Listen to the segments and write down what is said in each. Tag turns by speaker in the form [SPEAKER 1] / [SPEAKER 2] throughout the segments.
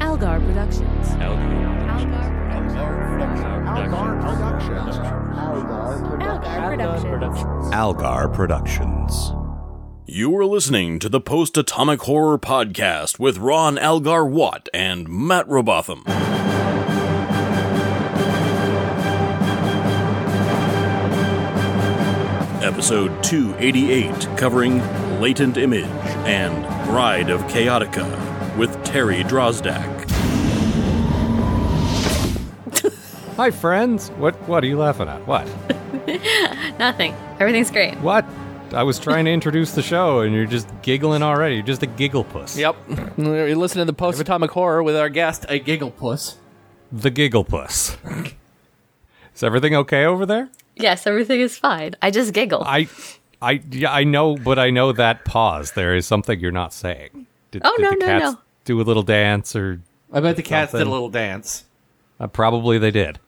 [SPEAKER 1] Algar Productions.
[SPEAKER 2] Algar Productions.
[SPEAKER 3] Algar Productions.
[SPEAKER 4] You are listening to the Post Atomic Horror Podcast with Ron Algar Watt and Matt Robotham. Episode 288, covering Latent Image and Bride of Chaotica with Terry Drozdak.
[SPEAKER 5] Hi, friends. What? What are you laughing at? What?
[SPEAKER 6] Nothing. Everything's great.
[SPEAKER 5] What? I was trying to introduce the show, and you're just giggling already. You're just a giggle puss.
[SPEAKER 7] Yep. You listen to the post atomic horror with our guest, a giggle puss.
[SPEAKER 5] The giggle puss. Is everything okay over there?
[SPEAKER 6] Yes, everything is fine. I just giggle.
[SPEAKER 5] I, I, yeah, I know, but I know that pause. There is something you're not saying. Did,
[SPEAKER 6] Oh,
[SPEAKER 5] did
[SPEAKER 6] no,
[SPEAKER 5] the
[SPEAKER 6] no,
[SPEAKER 5] cats
[SPEAKER 6] no.
[SPEAKER 5] Do a little dance, or
[SPEAKER 7] I bet the cats
[SPEAKER 5] Something.
[SPEAKER 7] did a little dance.
[SPEAKER 5] uh, probably they did.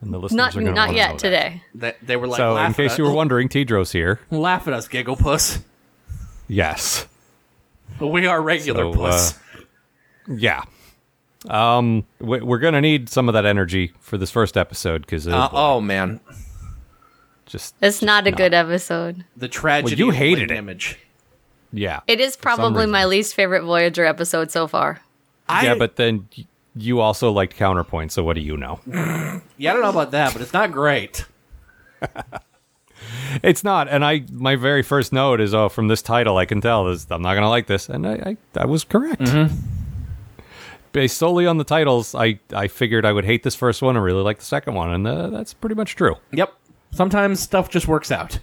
[SPEAKER 5] And the listeners
[SPEAKER 6] not
[SPEAKER 5] are gonna
[SPEAKER 6] not
[SPEAKER 5] wanna know
[SPEAKER 6] yet
[SPEAKER 5] that.
[SPEAKER 6] today.
[SPEAKER 7] They, they were like,
[SPEAKER 5] So,
[SPEAKER 7] laugh
[SPEAKER 5] in case
[SPEAKER 7] at
[SPEAKER 5] you were
[SPEAKER 7] us.
[SPEAKER 5] wondering, Tidro's here.
[SPEAKER 7] laugh at us, giggle puss.
[SPEAKER 5] Yes.
[SPEAKER 7] But we are regular
[SPEAKER 5] So, uh,
[SPEAKER 7] puss.
[SPEAKER 5] Yeah. Um, we- we're gonna need some of that energy for this first episode because
[SPEAKER 7] Uh, oh man,
[SPEAKER 5] just
[SPEAKER 6] It's not a good episode.
[SPEAKER 7] the tragedy.
[SPEAKER 5] you
[SPEAKER 7] of
[SPEAKER 5] hated
[SPEAKER 7] Latent
[SPEAKER 5] it.
[SPEAKER 7] Image.
[SPEAKER 5] yeah.
[SPEAKER 6] It is probably my least favorite Voyager episode so far.
[SPEAKER 7] I,
[SPEAKER 5] yeah, but then y- you also liked counterpoint. So what do you know?
[SPEAKER 7] yeah, I don't know about that, but it's not great.
[SPEAKER 5] It's not. And I, my very first note is, oh, from this title, I can tell this, I'm not gonna like this, and I, I, I was correct. Based solely on the titles, I, I figured I would hate this first one and really like the second one, and uh, that's pretty much true.
[SPEAKER 7] Yep. Sometimes stuff just works out.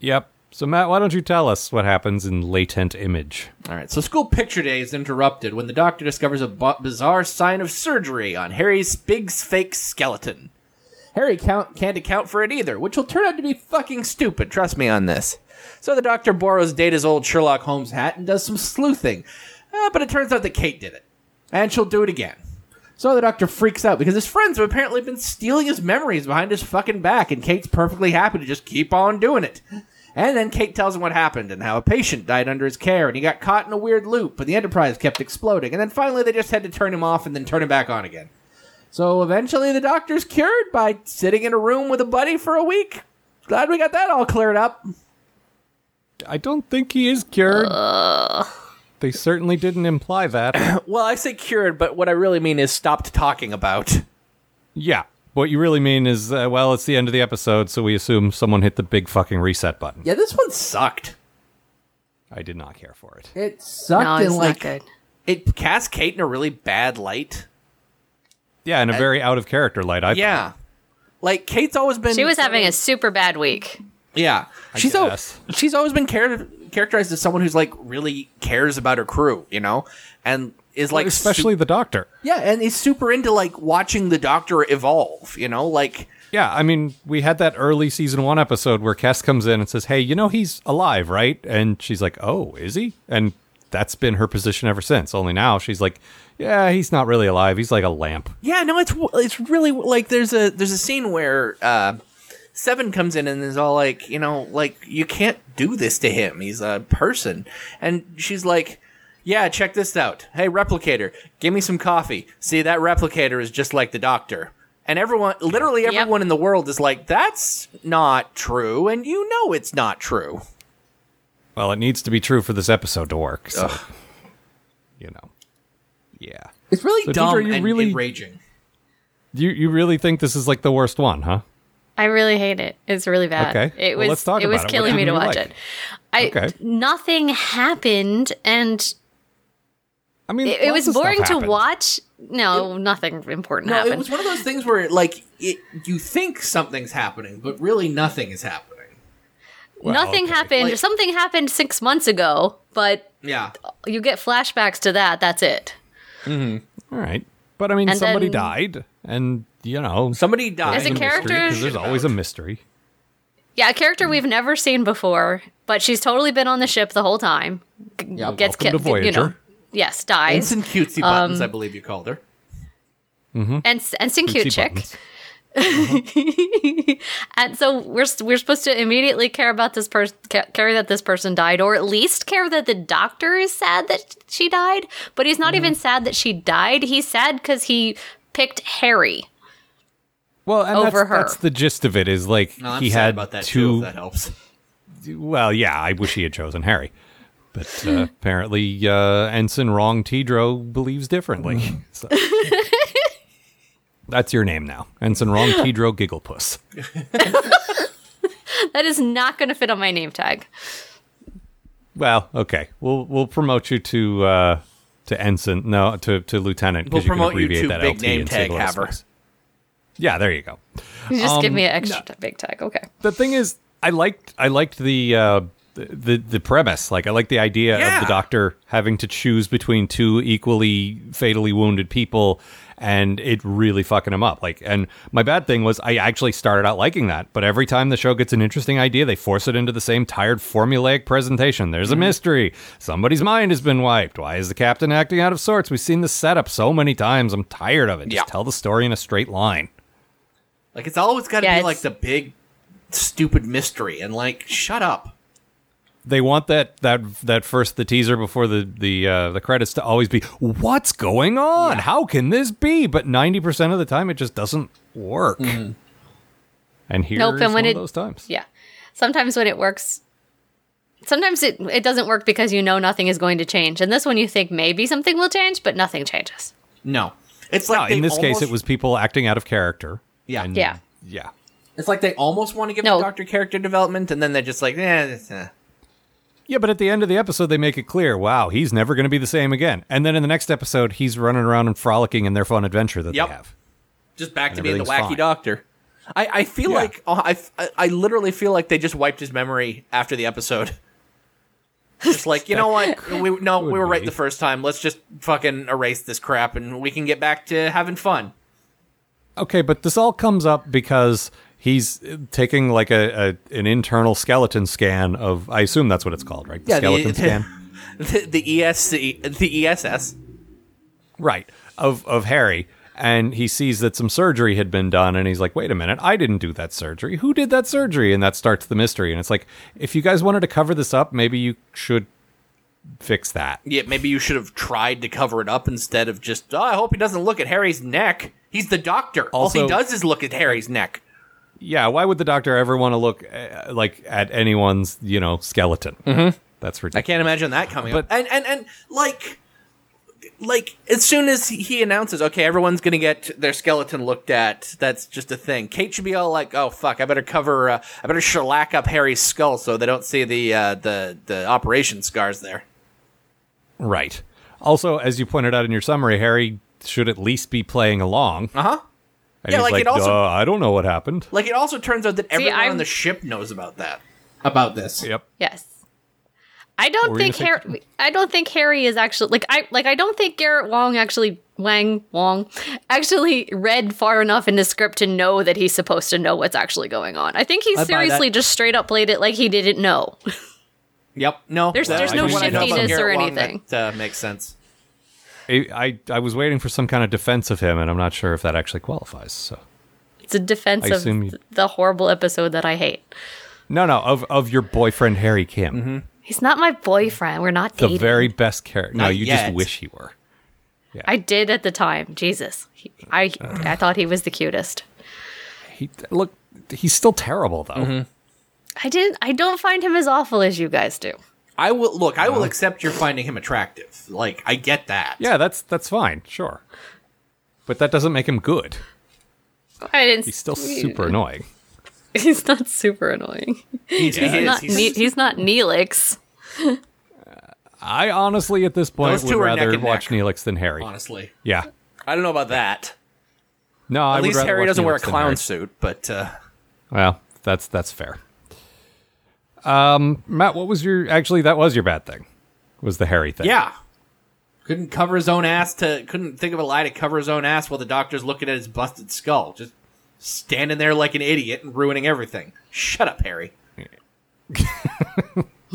[SPEAKER 5] Yep. So Matt, why don't you tell us what happens in latent image?
[SPEAKER 7] All right, so school picture day is interrupted when the doctor discovers a bu- bizarre sign of surgery on Harry's big fake skeleton. Harry count- can't account for it either, which will turn out to be fucking stupid, trust me on this. So the doctor borrows Data's old Sherlock Holmes hat and does some sleuthing, uh, but it turns out that Kate did it. And she'll do it again. So the doctor freaks out because his friends have apparently been stealing his memories behind his fucking back, and Kate's perfectly happy to just keep on doing it. And then Kate tells him what happened and how a patient died under his care, and he got caught in a weird loop, but the Enterprise kept exploding, and then finally they just had to turn him off and then turn him back on again. So eventually the doctor's cured by sitting in a room with a buddy for a week. Glad we got that all cleared up.
[SPEAKER 5] I don't think he is cured. Uh. They certainly didn't imply that.
[SPEAKER 7] Well, I say cured, but what I really mean is stopped talking about.
[SPEAKER 5] yeah. What you really mean is, uh, well, it's the end of the episode, so we assume someone hit the big fucking reset button.
[SPEAKER 7] Yeah, this one sucked.
[SPEAKER 5] I did not care for it.
[SPEAKER 7] It sucked
[SPEAKER 6] No,
[SPEAKER 7] and
[SPEAKER 6] it's
[SPEAKER 7] like
[SPEAKER 6] not good.
[SPEAKER 7] it cast Kate in a really bad light.
[SPEAKER 5] Yeah, in a very out of character light. I
[SPEAKER 7] Yeah. Like Kate's always been
[SPEAKER 6] She was having a super bad week.
[SPEAKER 7] Yeah, she's al-
[SPEAKER 5] guess.
[SPEAKER 7] she's always been char- characterized as someone who's like really cares about her crew, you know, and is like
[SPEAKER 5] especially the doctor.
[SPEAKER 7] su- yeah, and is super into like watching the Doctor evolve, you know, like
[SPEAKER 5] Yeah, I mean, we had that early season one episode where Cass comes in and says, "Hey, you know he's alive, right?" And she's like, "Oh, is he?" And that's been her position ever since. Only now she's like, "Yeah, he's not really alive. He's like a lamp."
[SPEAKER 7] yeah, no, it's it's really like there's a there's a scene where uh, Seven comes in and is all like, you know, like you can't do this to him. He's a person, and she's like. Yeah, check this out. Hey, replicator, give me some coffee. See, that replicator is just like the doctor. And everyone, literally
[SPEAKER 6] Yep.
[SPEAKER 7] everyone in the world is like, that's not true. And you know it's not true.
[SPEAKER 5] Well, it needs to be true for this episode to work. So, you know, yeah.
[SPEAKER 7] It's really
[SPEAKER 5] So,
[SPEAKER 7] dumb
[SPEAKER 5] Deidre, you
[SPEAKER 7] and
[SPEAKER 5] really-
[SPEAKER 7] enraging.
[SPEAKER 5] You you really think this is like the worst one, huh?
[SPEAKER 6] I really hate it. It's really bad.
[SPEAKER 5] Okay.
[SPEAKER 6] It
[SPEAKER 5] Well,
[SPEAKER 6] was
[SPEAKER 5] let's talk
[SPEAKER 6] it was
[SPEAKER 5] about it. What
[SPEAKER 6] killing me to
[SPEAKER 5] didn't you
[SPEAKER 6] watch
[SPEAKER 5] like?
[SPEAKER 6] it. I
[SPEAKER 5] Okay.
[SPEAKER 6] nothing happened and
[SPEAKER 5] I mean,
[SPEAKER 6] it, it
[SPEAKER 5] lots
[SPEAKER 6] was
[SPEAKER 5] of stuff
[SPEAKER 6] boring to
[SPEAKER 5] happened.
[SPEAKER 6] watch. No, nothing important
[SPEAKER 7] No,
[SPEAKER 6] happened.
[SPEAKER 7] it was one of those things where, like, it, you think something's happening, but really nothing is happening.
[SPEAKER 5] Well,
[SPEAKER 6] nothing
[SPEAKER 5] okay.
[SPEAKER 6] happened.
[SPEAKER 7] Like-
[SPEAKER 6] Something happened six months ago, but
[SPEAKER 7] Yeah.
[SPEAKER 6] you get flashbacks to that. That's it.
[SPEAKER 5] All right, but I mean,
[SPEAKER 6] And
[SPEAKER 5] somebody
[SPEAKER 6] then-
[SPEAKER 5] died, and you know,
[SPEAKER 7] Somebody died.
[SPEAKER 6] As a
[SPEAKER 5] there's mystery,
[SPEAKER 6] character-
[SPEAKER 5] 'cause there's always a mystery.
[SPEAKER 6] Yeah, a character we've never seen before, but she's totally been on the ship the whole time. G- gets
[SPEAKER 5] welcome to
[SPEAKER 6] ki- You know,
[SPEAKER 5] Voyager.
[SPEAKER 6] yes, dies um,
[SPEAKER 7] Instant cutesy buttons, I believe you called her.
[SPEAKER 6] and and sing cute
[SPEAKER 5] Cutesy
[SPEAKER 6] chick.
[SPEAKER 5] buttons.
[SPEAKER 6] And so we're we're supposed to immediately care about this person, care that this person died, or at least care that the doctor is sad that she died. But he's
[SPEAKER 5] Mm.
[SPEAKER 6] not even sad that she died. He's sad because he picked Harry.
[SPEAKER 5] Well, and
[SPEAKER 6] Over
[SPEAKER 5] that's,
[SPEAKER 6] her.
[SPEAKER 5] that's the gist of it. Is like
[SPEAKER 7] No, I'm
[SPEAKER 5] he
[SPEAKER 7] sad
[SPEAKER 5] had
[SPEAKER 7] about that too.
[SPEAKER 5] two.
[SPEAKER 7] If that helps.
[SPEAKER 5] Well, yeah, I wish he had chosen Harry, but uh, apparently uh, Ensign Wrong Tidro believes
[SPEAKER 6] Mm.
[SPEAKER 5] differently. So. that's your name now, Ensign Wrong Tidro Gigglepuss.
[SPEAKER 6] That is not going to fit on my name tag.
[SPEAKER 5] Well, okay, we'll we'll promote you to uh, to ensign. No, to to lieutenant. 'cause
[SPEAKER 7] We'll promote you
[SPEAKER 5] you can abbreviate
[SPEAKER 7] to big
[SPEAKER 5] that LT
[SPEAKER 7] name
[SPEAKER 5] and
[SPEAKER 7] tag
[SPEAKER 5] Sigil S
[SPEAKER 7] haver.
[SPEAKER 5] Space. Yeah, there you go.
[SPEAKER 6] You just give me
[SPEAKER 7] Um,
[SPEAKER 6] an extra t- big tag. Okay.
[SPEAKER 5] The thing is, I liked I liked the. Uh, the the premise like i like the idea of
[SPEAKER 7] Yeah.
[SPEAKER 5] the doctor having to choose between two equally fatally wounded people and it really fucking him up like and my bad thing was i actually started out liking that but every time the show gets an interesting idea they force it into the same tired formulaic presentation there's a
[SPEAKER 7] Mm-hmm.
[SPEAKER 5] mystery somebody's mind has been wiped why is the captain acting out of sorts we've seen this setup so many times i'm tired of it just
[SPEAKER 7] Yeah.
[SPEAKER 5] tell the story in a straight line
[SPEAKER 7] Like it's always got to
[SPEAKER 6] Yeah,
[SPEAKER 7] be like
[SPEAKER 6] it's-
[SPEAKER 7] the big stupid mystery, and like shut up.
[SPEAKER 5] they want that that that first the teaser before the the uh, the credits to always be what's going on? How can this be? But ninety percent of the time, it just doesn't work. And here
[SPEAKER 6] Mm-hmm. Nope,
[SPEAKER 5] is
[SPEAKER 6] and when
[SPEAKER 5] one
[SPEAKER 6] it-
[SPEAKER 5] of those times.
[SPEAKER 6] Yeah. Sometimes when it works, sometimes it, it doesn't work because you know nothing is going to change. And this one you think maybe something will change, but nothing changes.
[SPEAKER 7] No, it's
[SPEAKER 5] No,
[SPEAKER 7] like
[SPEAKER 5] in
[SPEAKER 7] they
[SPEAKER 5] this case, it
[SPEAKER 7] almost-
[SPEAKER 5] was people acting out of character.
[SPEAKER 7] Yeah.
[SPEAKER 5] And-
[SPEAKER 6] Yeah.
[SPEAKER 5] yeah.
[SPEAKER 7] It's like they almost want to give
[SPEAKER 6] No.
[SPEAKER 7] the doctor character development, and then they're just like, eh, it's, eh.
[SPEAKER 5] Yeah, but at the end of the episode, they make it clear, wow, he's never going to be the same again. And then in the next episode, he's running around and frolicking in their fun adventure that
[SPEAKER 7] Yep.
[SPEAKER 5] they have.
[SPEAKER 7] just back to being the
[SPEAKER 5] everything's
[SPEAKER 7] wacky
[SPEAKER 5] fine.
[SPEAKER 7] doctor. I, I feel
[SPEAKER 5] Yeah.
[SPEAKER 7] like uh, I, I I literally feel like they just wiped his memory after the episode. Just like you know what we no we
[SPEAKER 5] would
[SPEAKER 7] were right
[SPEAKER 5] be.
[SPEAKER 7] the first time. Let's just fucking erase this crap and we can get back to having fun.
[SPEAKER 5] Okay, but this all comes up because he's taking like a, a an internal skeleton scan of. I assume that's what it's called, right? The
[SPEAKER 7] Yeah, the-
[SPEAKER 5] skeleton scan,
[SPEAKER 7] The, the ESC the E ESS.
[SPEAKER 5] right? Of of Harry, and he sees that some surgery had been done, and he's like, "Wait a minute, I didn't do that surgery. Who did that surgery?" And that starts the mystery. And it's like, if you guys wanted to cover this up, maybe you should fix that.
[SPEAKER 7] Yeah, maybe you should have tried to cover it up instead of just. Oh, I hope he doesn't look at Harry's neck. He's the doctor. all
[SPEAKER 5] Also-
[SPEAKER 7] he does is look at Harry's neck.
[SPEAKER 5] Yeah, why would the doctor ever want to look uh, like at anyone's you know skeleton? Mm-hmm. That's ridiculous.
[SPEAKER 7] I can't imagine that coming up.
[SPEAKER 5] But-
[SPEAKER 7] And and and like like as soon as he announces, okay, everyone's gonna get their skeleton looked at. That's just a thing. Kate should be all like, oh fuck, I better cover, uh, I better shellac up Harry's skull so they don't see the uh, the the operation scars there.
[SPEAKER 5] Right. Also, as you pointed out in your summary, Harry should at least be playing along. Uh huh. And
[SPEAKER 7] Uh-huh. Yeah,
[SPEAKER 5] he's
[SPEAKER 7] like,
[SPEAKER 5] like,
[SPEAKER 7] it also-
[SPEAKER 5] "Duh, I don't know what happened.
[SPEAKER 7] Like it also turns out that everyone
[SPEAKER 6] I'm-
[SPEAKER 7] on the ship knows about that. About this,
[SPEAKER 5] Yep.
[SPEAKER 6] Yes. I
[SPEAKER 5] What
[SPEAKER 6] don't
[SPEAKER 5] were you
[SPEAKER 6] think
[SPEAKER 5] gonna say,
[SPEAKER 6] Harry. I don't think Harry is actually like I like. I don't think Garrett Wong actually Wang Wong actually read far enough in the script to know that he's supposed to know what's actually going on. I think he
[SPEAKER 7] buy
[SPEAKER 6] seriously
[SPEAKER 7] that.
[SPEAKER 6] just straight up played it like he didn't know.
[SPEAKER 7] Yep. No,
[SPEAKER 6] There's-
[SPEAKER 7] that-
[SPEAKER 6] there's
[SPEAKER 7] I
[SPEAKER 6] no
[SPEAKER 7] think what I know about
[SPEAKER 6] shiftiness or
[SPEAKER 7] Garrett Wong,
[SPEAKER 6] anything.
[SPEAKER 7] That uh, makes sense.
[SPEAKER 5] I, I I was waiting for some kind of defense of him, and I'm not sure if that actually qualifies. So
[SPEAKER 6] It's a defense
[SPEAKER 5] I
[SPEAKER 6] of
[SPEAKER 5] assume you-
[SPEAKER 6] the horrible episode that I hate.
[SPEAKER 5] no, no, of of your boyfriend Harry Kim,
[SPEAKER 7] Mm-hmm.
[SPEAKER 6] He's not my boyfriend. We're not
[SPEAKER 5] the
[SPEAKER 6] dating.
[SPEAKER 5] very best character. No,
[SPEAKER 7] Not
[SPEAKER 5] you
[SPEAKER 7] yet.
[SPEAKER 5] just wish he were.
[SPEAKER 6] I did at the time. Jesus, He- I I thought he was the cutest.
[SPEAKER 5] He look, he's still terrible though.
[SPEAKER 7] Mm-hmm.
[SPEAKER 6] I didn't. I don't find him as awful as you guys do.
[SPEAKER 7] I will look. I will accept you're finding him attractive. Like I get that.
[SPEAKER 5] Uh-huh. Yeah, that's that's fine, sure, but that doesn't make him good.
[SPEAKER 6] I didn't.
[SPEAKER 5] He's still super annoying.
[SPEAKER 6] He's not super annoying.
[SPEAKER 7] He is.
[SPEAKER 6] Not
[SPEAKER 7] He's-
[SPEAKER 6] ne- he's not Neelix.
[SPEAKER 5] I honestly, at this point,
[SPEAKER 7] Those
[SPEAKER 5] would
[SPEAKER 7] two are neck
[SPEAKER 5] rather
[SPEAKER 7] and neck.
[SPEAKER 5] watch Neelix than Harry.
[SPEAKER 7] honestly.
[SPEAKER 5] Yeah.
[SPEAKER 7] I don't know about that.
[SPEAKER 5] No, I
[SPEAKER 7] At
[SPEAKER 5] would
[SPEAKER 7] least
[SPEAKER 5] rather
[SPEAKER 7] Harry
[SPEAKER 5] watch
[SPEAKER 7] doesn't wear a
[SPEAKER 5] Neelix than
[SPEAKER 7] clown
[SPEAKER 5] Harry.
[SPEAKER 7] suit, but uh,
[SPEAKER 5] Well, that's that's fair. Um, Matt, what was your actually? That was your bad thing. Was the Harry thing?
[SPEAKER 7] yeah, couldn't cover his own ass to couldn't think of a lie to cover his own ass while the doctor's looking at his busted skull, just standing there like an idiot and ruining everything. Shut up, Harry.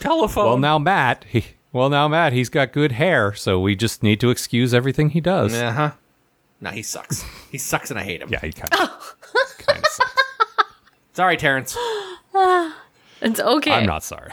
[SPEAKER 7] Telephone.
[SPEAKER 5] Well, now Matt. He, well, now Matt. He's got good hair, so we just need to excuse everything he does.
[SPEAKER 7] uh huh. uh-huh. Nah, he sucks. He sucks and I hate him.
[SPEAKER 5] Yeah, he kind of. kind of sucks.
[SPEAKER 7] Sorry, Terrence.
[SPEAKER 6] It's okay.
[SPEAKER 5] I'm not sorry.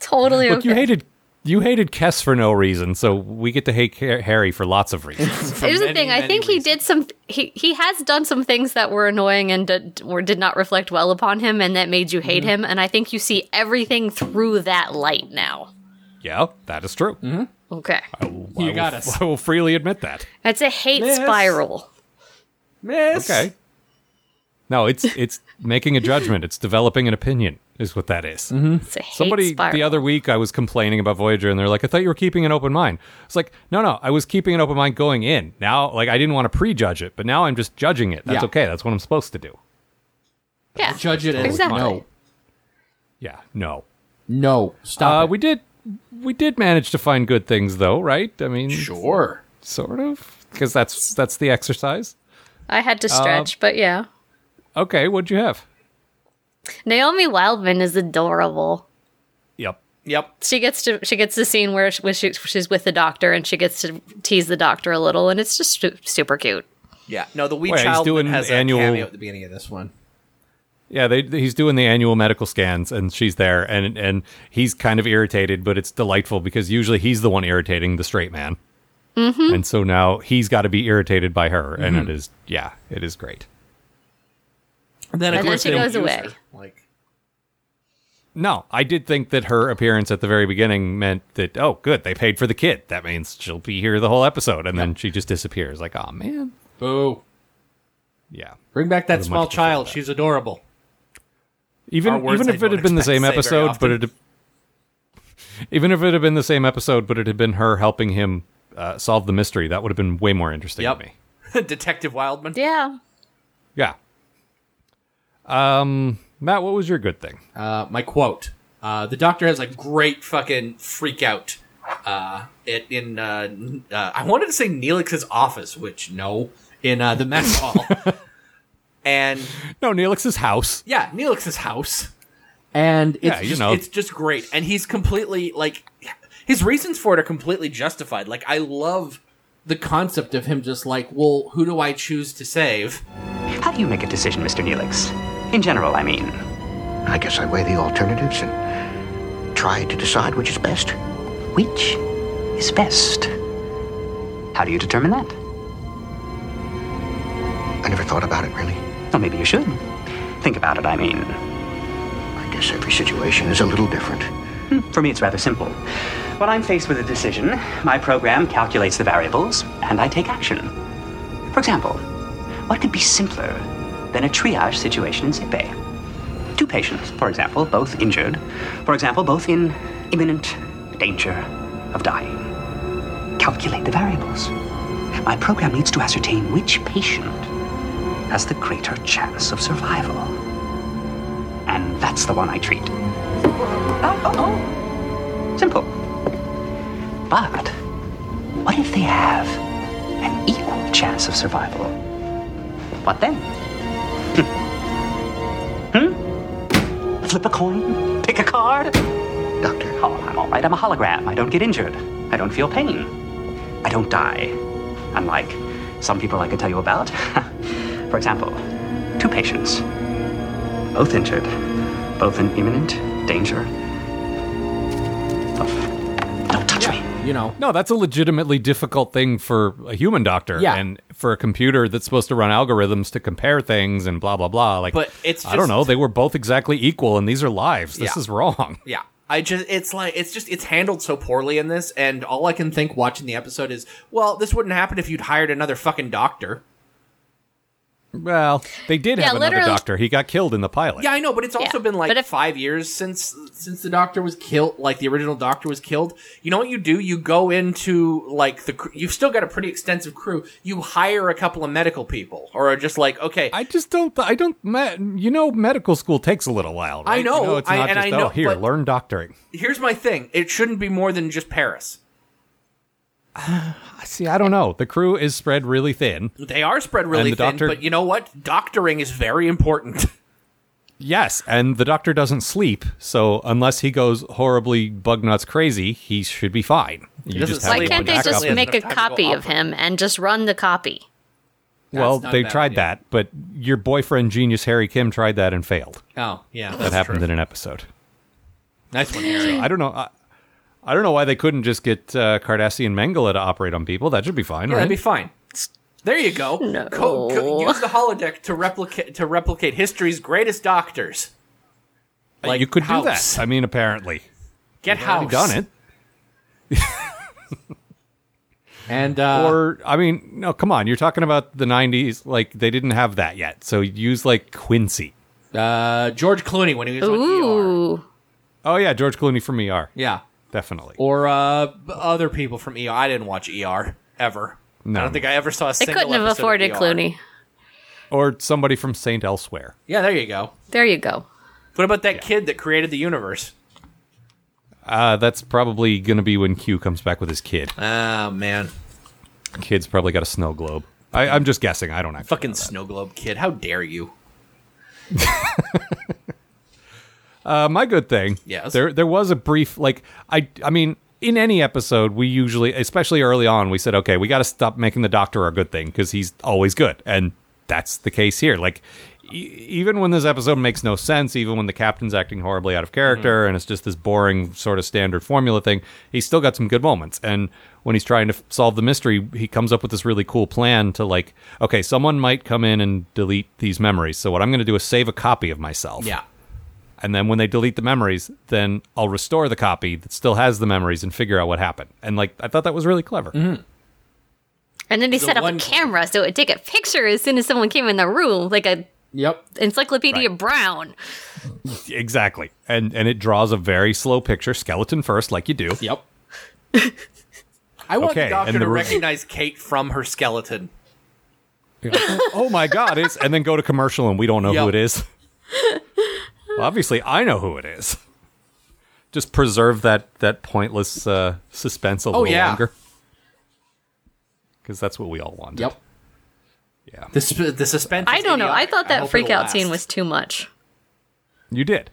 [SPEAKER 6] totally
[SPEAKER 5] Look,
[SPEAKER 6] okay.
[SPEAKER 5] you hated you hated Kess for no reason, so we get to hate Ca- Harry for lots of reasons.
[SPEAKER 7] For
[SPEAKER 6] Here's the
[SPEAKER 7] many,
[SPEAKER 6] thing. I
[SPEAKER 7] many
[SPEAKER 6] think he
[SPEAKER 7] reasons.
[SPEAKER 6] did some. He he has done some things that were annoying and did, or did not reflect well upon him, and that made you hate
[SPEAKER 5] Mm-hmm.
[SPEAKER 6] him. And I think you see everything through that light now.
[SPEAKER 5] yeah, that is true.
[SPEAKER 7] Mm-hmm.
[SPEAKER 6] Okay,
[SPEAKER 5] I
[SPEAKER 7] You
[SPEAKER 5] will-
[SPEAKER 7] got us.
[SPEAKER 5] I will freely admit that.
[SPEAKER 6] that's a hate
[SPEAKER 7] Yes.
[SPEAKER 6] spiral.
[SPEAKER 7] Miss.
[SPEAKER 5] Okay. No, it's it's making a judgment. It's developing an opinion. Is what that is.
[SPEAKER 6] It's a hate
[SPEAKER 5] Somebody
[SPEAKER 6] spiral.
[SPEAKER 5] the other week, I was complaining about Voyager, and they're like, "I thought you were keeping an open mind." It's like, no, no, I was keeping an open mind going in. Now, like, I didn't want to prejudge it, but now I'm just judging it. That's
[SPEAKER 7] Yeah.
[SPEAKER 5] okay. That's what I'm supposed to do.
[SPEAKER 6] yeah.
[SPEAKER 7] Judge it as
[SPEAKER 6] Exactly.
[SPEAKER 7] no.
[SPEAKER 5] Yeah. No.
[SPEAKER 7] No. Stop.
[SPEAKER 5] Uh,
[SPEAKER 7] it.
[SPEAKER 5] we did we did manage to find good things, though, right? I mean,
[SPEAKER 7] sure.
[SPEAKER 5] sort of, because that's that's the exercise.
[SPEAKER 6] I had to
[SPEAKER 5] Uh,
[SPEAKER 6] stretch, but yeah.
[SPEAKER 5] Okay, what'd you have?
[SPEAKER 6] Naomi Wildman is adorable.
[SPEAKER 5] Yep.
[SPEAKER 7] Yep.
[SPEAKER 6] She gets to she gets the scene where she, where she- she's with the doctor and she gets to tease the doctor a little, and it's just stu- super cute.
[SPEAKER 7] Yeah. No, the wee
[SPEAKER 5] Wait, he's
[SPEAKER 7] child
[SPEAKER 5] doing
[SPEAKER 7] has a
[SPEAKER 5] annual-
[SPEAKER 7] cameo at the beginning of this one.
[SPEAKER 5] Yeah, they, he's doing the annual medical scans, and she's there, and and he's kind of irritated, but it's delightful because usually he's the one irritating the straight man, mm-hmm. and so now he's got to be irritated by her, and it is yeah, it is great.
[SPEAKER 7] And then, of
[SPEAKER 6] And then
[SPEAKER 7] course,
[SPEAKER 6] she
[SPEAKER 7] they don't
[SPEAKER 6] goes
[SPEAKER 7] use
[SPEAKER 6] away.
[SPEAKER 7] her. Like,
[SPEAKER 5] No, I did think that her appearance at the very beginning meant that oh, good, they paid for the kid. That means she'll be here the whole episode, and then she just disappears. Like, oh man,
[SPEAKER 7] boo.
[SPEAKER 5] yeah.
[SPEAKER 7] Bring back that
[SPEAKER 5] much
[SPEAKER 7] small
[SPEAKER 5] prefer
[SPEAKER 7] child. She's adorable. Are
[SPEAKER 5] Even
[SPEAKER 7] words
[SPEAKER 5] even
[SPEAKER 7] I
[SPEAKER 5] if it
[SPEAKER 7] don't
[SPEAKER 5] had been the
[SPEAKER 7] expect to
[SPEAKER 5] same
[SPEAKER 7] say very
[SPEAKER 5] episode, but
[SPEAKER 7] often.
[SPEAKER 5] it even if it had been the same episode, but it had been her helping him uh, solve the mystery, that would have been way more interesting
[SPEAKER 7] Yep.
[SPEAKER 5] to me.
[SPEAKER 7] Detective Wildman.
[SPEAKER 6] Yeah,
[SPEAKER 5] Yeah. Um, Matt, what was your good thing?
[SPEAKER 7] uh, my quote. Uh, the doctor has a great fucking freak out uh, it, in, uh, n- uh, I wanted to say Neelix's office, which no, in uh, the mess hall. and
[SPEAKER 5] No, Neelix's house.
[SPEAKER 7] yeah, Neelix's house. And it's,
[SPEAKER 5] Yeah, you
[SPEAKER 7] just,
[SPEAKER 5] know.
[SPEAKER 7] it's just great. And he's completely, like, his reasons for it are completely justified. Like, I love the concept of him just like, well, who do I choose to save?
[SPEAKER 1] How do you make a decision, Mr. Neelix? In general, I mean.
[SPEAKER 8] I guess I weigh the alternatives and try to decide which is best.
[SPEAKER 1] Which is best? How do you determine that?
[SPEAKER 8] I never thought about it, really.
[SPEAKER 1] Well, maybe you should. Think about it, I mean.
[SPEAKER 8] I guess every situation is a little different.
[SPEAKER 1] Hmm, For me, it's rather simple. When I'm faced with a decision, my program calculates the variables, and I take action. For example, what could be simpler than a triage situation in sick bay? Two patients, for example, both injured, for example, both in imminent danger of dying. Calculate the variables. My program needs to ascertain which patient has the greater chance of survival. And that's the one I treat. Oh, oh, oh. Simple. But what if they have an equal chance of survival? What then? Hmm? Hmm? Flip a coin? Pick a card?
[SPEAKER 8] Doctor,
[SPEAKER 1] Oh, I'm all right. I'm a hologram. I don't get injured. I don't feel pain. I don't die. Unlike some people I could tell you about. For example, two patients, both injured, both in imminent danger. of- Don't touch me.
[SPEAKER 7] You know,
[SPEAKER 5] No, that's a legitimately difficult thing for a human doctor,
[SPEAKER 7] Yeah.
[SPEAKER 5] and for a computer that's supposed to run algorithms to compare things and blah blah blah. Like,
[SPEAKER 7] But it's
[SPEAKER 5] I don't
[SPEAKER 7] just-
[SPEAKER 5] know. They were both exactly equal, and these are lives. This
[SPEAKER 7] Yeah.
[SPEAKER 5] is wrong.
[SPEAKER 7] Yeah. I just it's like it's just it's handled so poorly in this and all I can think watching the episode is, well, this wouldn't happen if you'd hired another fucking doctor.
[SPEAKER 5] Well, they did
[SPEAKER 6] Yeah,
[SPEAKER 5] have another
[SPEAKER 6] literally-
[SPEAKER 5] doctor. He got killed in the pilot.
[SPEAKER 7] Yeah, I know, but it's also
[SPEAKER 6] Yeah,
[SPEAKER 7] been like
[SPEAKER 6] but if-
[SPEAKER 7] 5 years since since the doctor was killed, like the original doctor was killed. You know what you do? You go into like the cr- you've still got a pretty extensive crew. You hire a couple of medical people or are just like, okay,
[SPEAKER 5] I just don't. I don't. me- You know, medical school takes a little while. Right?
[SPEAKER 7] I know,
[SPEAKER 5] You it's
[SPEAKER 7] I-
[SPEAKER 5] not
[SPEAKER 7] and
[SPEAKER 5] just
[SPEAKER 7] I know,
[SPEAKER 5] oh here
[SPEAKER 7] but-
[SPEAKER 5] learn doctoring.
[SPEAKER 7] here's my thing. It shouldn't be more than just Paris.
[SPEAKER 5] See, I don't know. The crew is spread really thin.
[SPEAKER 7] They are spread really
[SPEAKER 5] the
[SPEAKER 7] thin,
[SPEAKER 5] doctor-
[SPEAKER 7] but you know what? Doctoring is very important.
[SPEAKER 5] Yes, and the doctor doesn't sleep, so unless he goes horribly bug nuts crazy, he should be fine. You
[SPEAKER 7] doesn't
[SPEAKER 5] just have
[SPEAKER 6] why
[SPEAKER 7] sleep
[SPEAKER 5] one
[SPEAKER 6] can't they
[SPEAKER 7] when
[SPEAKER 5] backup.
[SPEAKER 6] just
[SPEAKER 7] Jacqueline
[SPEAKER 6] make a
[SPEAKER 7] doesn't have to go
[SPEAKER 6] copy
[SPEAKER 7] up
[SPEAKER 6] of
[SPEAKER 7] with-
[SPEAKER 6] him and just run the copy?
[SPEAKER 5] well,
[SPEAKER 7] not
[SPEAKER 5] they
[SPEAKER 7] a bad
[SPEAKER 5] tried
[SPEAKER 7] idea.
[SPEAKER 5] that, but your boyfriend genius Harry Kim tried that and failed.
[SPEAKER 7] Oh, yeah.
[SPEAKER 5] That happened in an episode.
[SPEAKER 7] Nice one, Harry.
[SPEAKER 5] I don't know. I, I don't know why they couldn't just get uh, Cardassian Mengele to operate on people. That should be fine,
[SPEAKER 7] Yeah,
[SPEAKER 5] right?
[SPEAKER 7] that'd be fine. There you go.
[SPEAKER 6] No.
[SPEAKER 7] Go- go- use the holodeck to replicate to replicate history's greatest doctors.
[SPEAKER 5] you could do
[SPEAKER 7] House.
[SPEAKER 5] that. I mean, apparently,
[SPEAKER 7] Get house.
[SPEAKER 5] They've done it.
[SPEAKER 7] And uh,
[SPEAKER 5] or I mean, no, come on. You're talking about the '90s. Like they didn't have that yet. So use like Quincy.
[SPEAKER 7] uh, George Clooney when he was on ER.
[SPEAKER 6] Ooh.
[SPEAKER 5] Oh yeah, George Clooney from ER.
[SPEAKER 7] Yeah.
[SPEAKER 5] Definitely.
[SPEAKER 7] Or uh, b- other people from ER. I didn't watch ER ever.
[SPEAKER 5] No.
[SPEAKER 7] I don't think I ever saw a
[SPEAKER 6] They
[SPEAKER 7] single
[SPEAKER 6] couldn't have
[SPEAKER 7] episode of
[SPEAKER 6] afforded
[SPEAKER 7] ER.
[SPEAKER 6] Clooney.
[SPEAKER 5] or somebody from Saint Elsewhere.
[SPEAKER 7] Yeah, there you go.
[SPEAKER 6] There you go.
[SPEAKER 7] What about that kid that created the universe?
[SPEAKER 5] Uh, that's probably going to be when Q comes back with his kid.
[SPEAKER 7] Oh, man.
[SPEAKER 5] Kid's probably got a snow globe. I, I'm just guessing. I don't actually.
[SPEAKER 7] Fucking snow globe kid. How dare you?
[SPEAKER 5] Uh, my good thing.
[SPEAKER 7] Yes.
[SPEAKER 5] There there was a brief like I I mean in any episode we usually especially early on we said okay we got to stop making the doctor a good thing because he's always good and that's the case here like e- even when this episode makes no sense even when the captain's acting horribly out of
[SPEAKER 7] Mm-hmm.
[SPEAKER 5] character and it's just this boring sort of standard formula thing he's still got some good moments and when he's trying to f- solve the mystery he comes up with this really cool plan to like okay someone might come in and delete these memories so what i'm going to do is save a copy of myself
[SPEAKER 7] Yeah.
[SPEAKER 5] and then when they delete the memories, then I'll restore the copy that still has the memories and figure out what happened. And like I thought that was really clever.
[SPEAKER 7] Mm-hmm.
[SPEAKER 6] And then he
[SPEAKER 7] The
[SPEAKER 6] set up
[SPEAKER 7] one-
[SPEAKER 6] a camera so it would take a picture as soon as someone came in the room, like a
[SPEAKER 7] Yep.
[SPEAKER 6] Encyclopedia Brown.
[SPEAKER 5] Exactly. And and it draws a very slow picture, skeleton first, like you do.
[SPEAKER 7] Yep. I want
[SPEAKER 5] Okay,
[SPEAKER 7] the doctor
[SPEAKER 5] and the
[SPEAKER 7] to
[SPEAKER 5] room.
[SPEAKER 7] recognize Kate from her skeleton.
[SPEAKER 5] oh my god, it's and then go to commercial and we don't know
[SPEAKER 7] Yep.
[SPEAKER 5] who it is. Well, obviously I know who it is. Just preserve that that pointless uh, suspense a little
[SPEAKER 7] Oh, yeah.
[SPEAKER 5] longer. Because that's what we all want. Yeah.
[SPEAKER 7] The, sp- the suspense.
[SPEAKER 6] I
[SPEAKER 7] is
[SPEAKER 6] don't know. I
[SPEAKER 7] idiotic.
[SPEAKER 6] thought
[SPEAKER 7] hope
[SPEAKER 6] that
[SPEAKER 7] it
[SPEAKER 6] freak out
[SPEAKER 7] lasts.
[SPEAKER 6] scene was too much.
[SPEAKER 5] You did.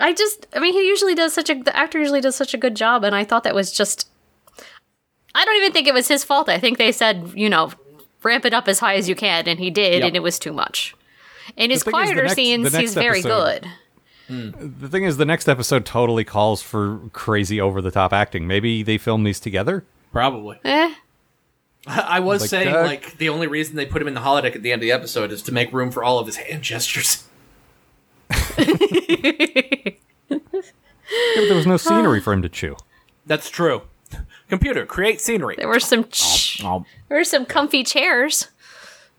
[SPEAKER 6] I just, I mean, he usually does such a, the actor usually does such a good job, and I thought that was just, I don't even think it was his fault. I think they said, you know, ramp it up as high as you can, and he did,
[SPEAKER 7] Yep.
[SPEAKER 6] and it was too much. In his
[SPEAKER 5] thing is, the
[SPEAKER 6] quieter
[SPEAKER 5] next-
[SPEAKER 6] scenes,
[SPEAKER 5] the
[SPEAKER 6] he's
[SPEAKER 5] next
[SPEAKER 6] very
[SPEAKER 5] episode-
[SPEAKER 6] good.
[SPEAKER 5] The thing is, the next episode totally calls for crazy over the top acting. Maybe they filmed these together.
[SPEAKER 7] Probably.
[SPEAKER 6] Eh,
[SPEAKER 7] I was
[SPEAKER 5] Like,
[SPEAKER 7] saying,
[SPEAKER 5] uh,
[SPEAKER 7] like, the only reason they put him in the holodeck at the end of the episode is to make room for all of his hand gestures.
[SPEAKER 5] Yeah, but there was no scenery for him to chew.
[SPEAKER 7] That's true. Computer, create scenery.
[SPEAKER 6] there were some, ch-
[SPEAKER 7] Oh.
[SPEAKER 6] there were some comfy chairs.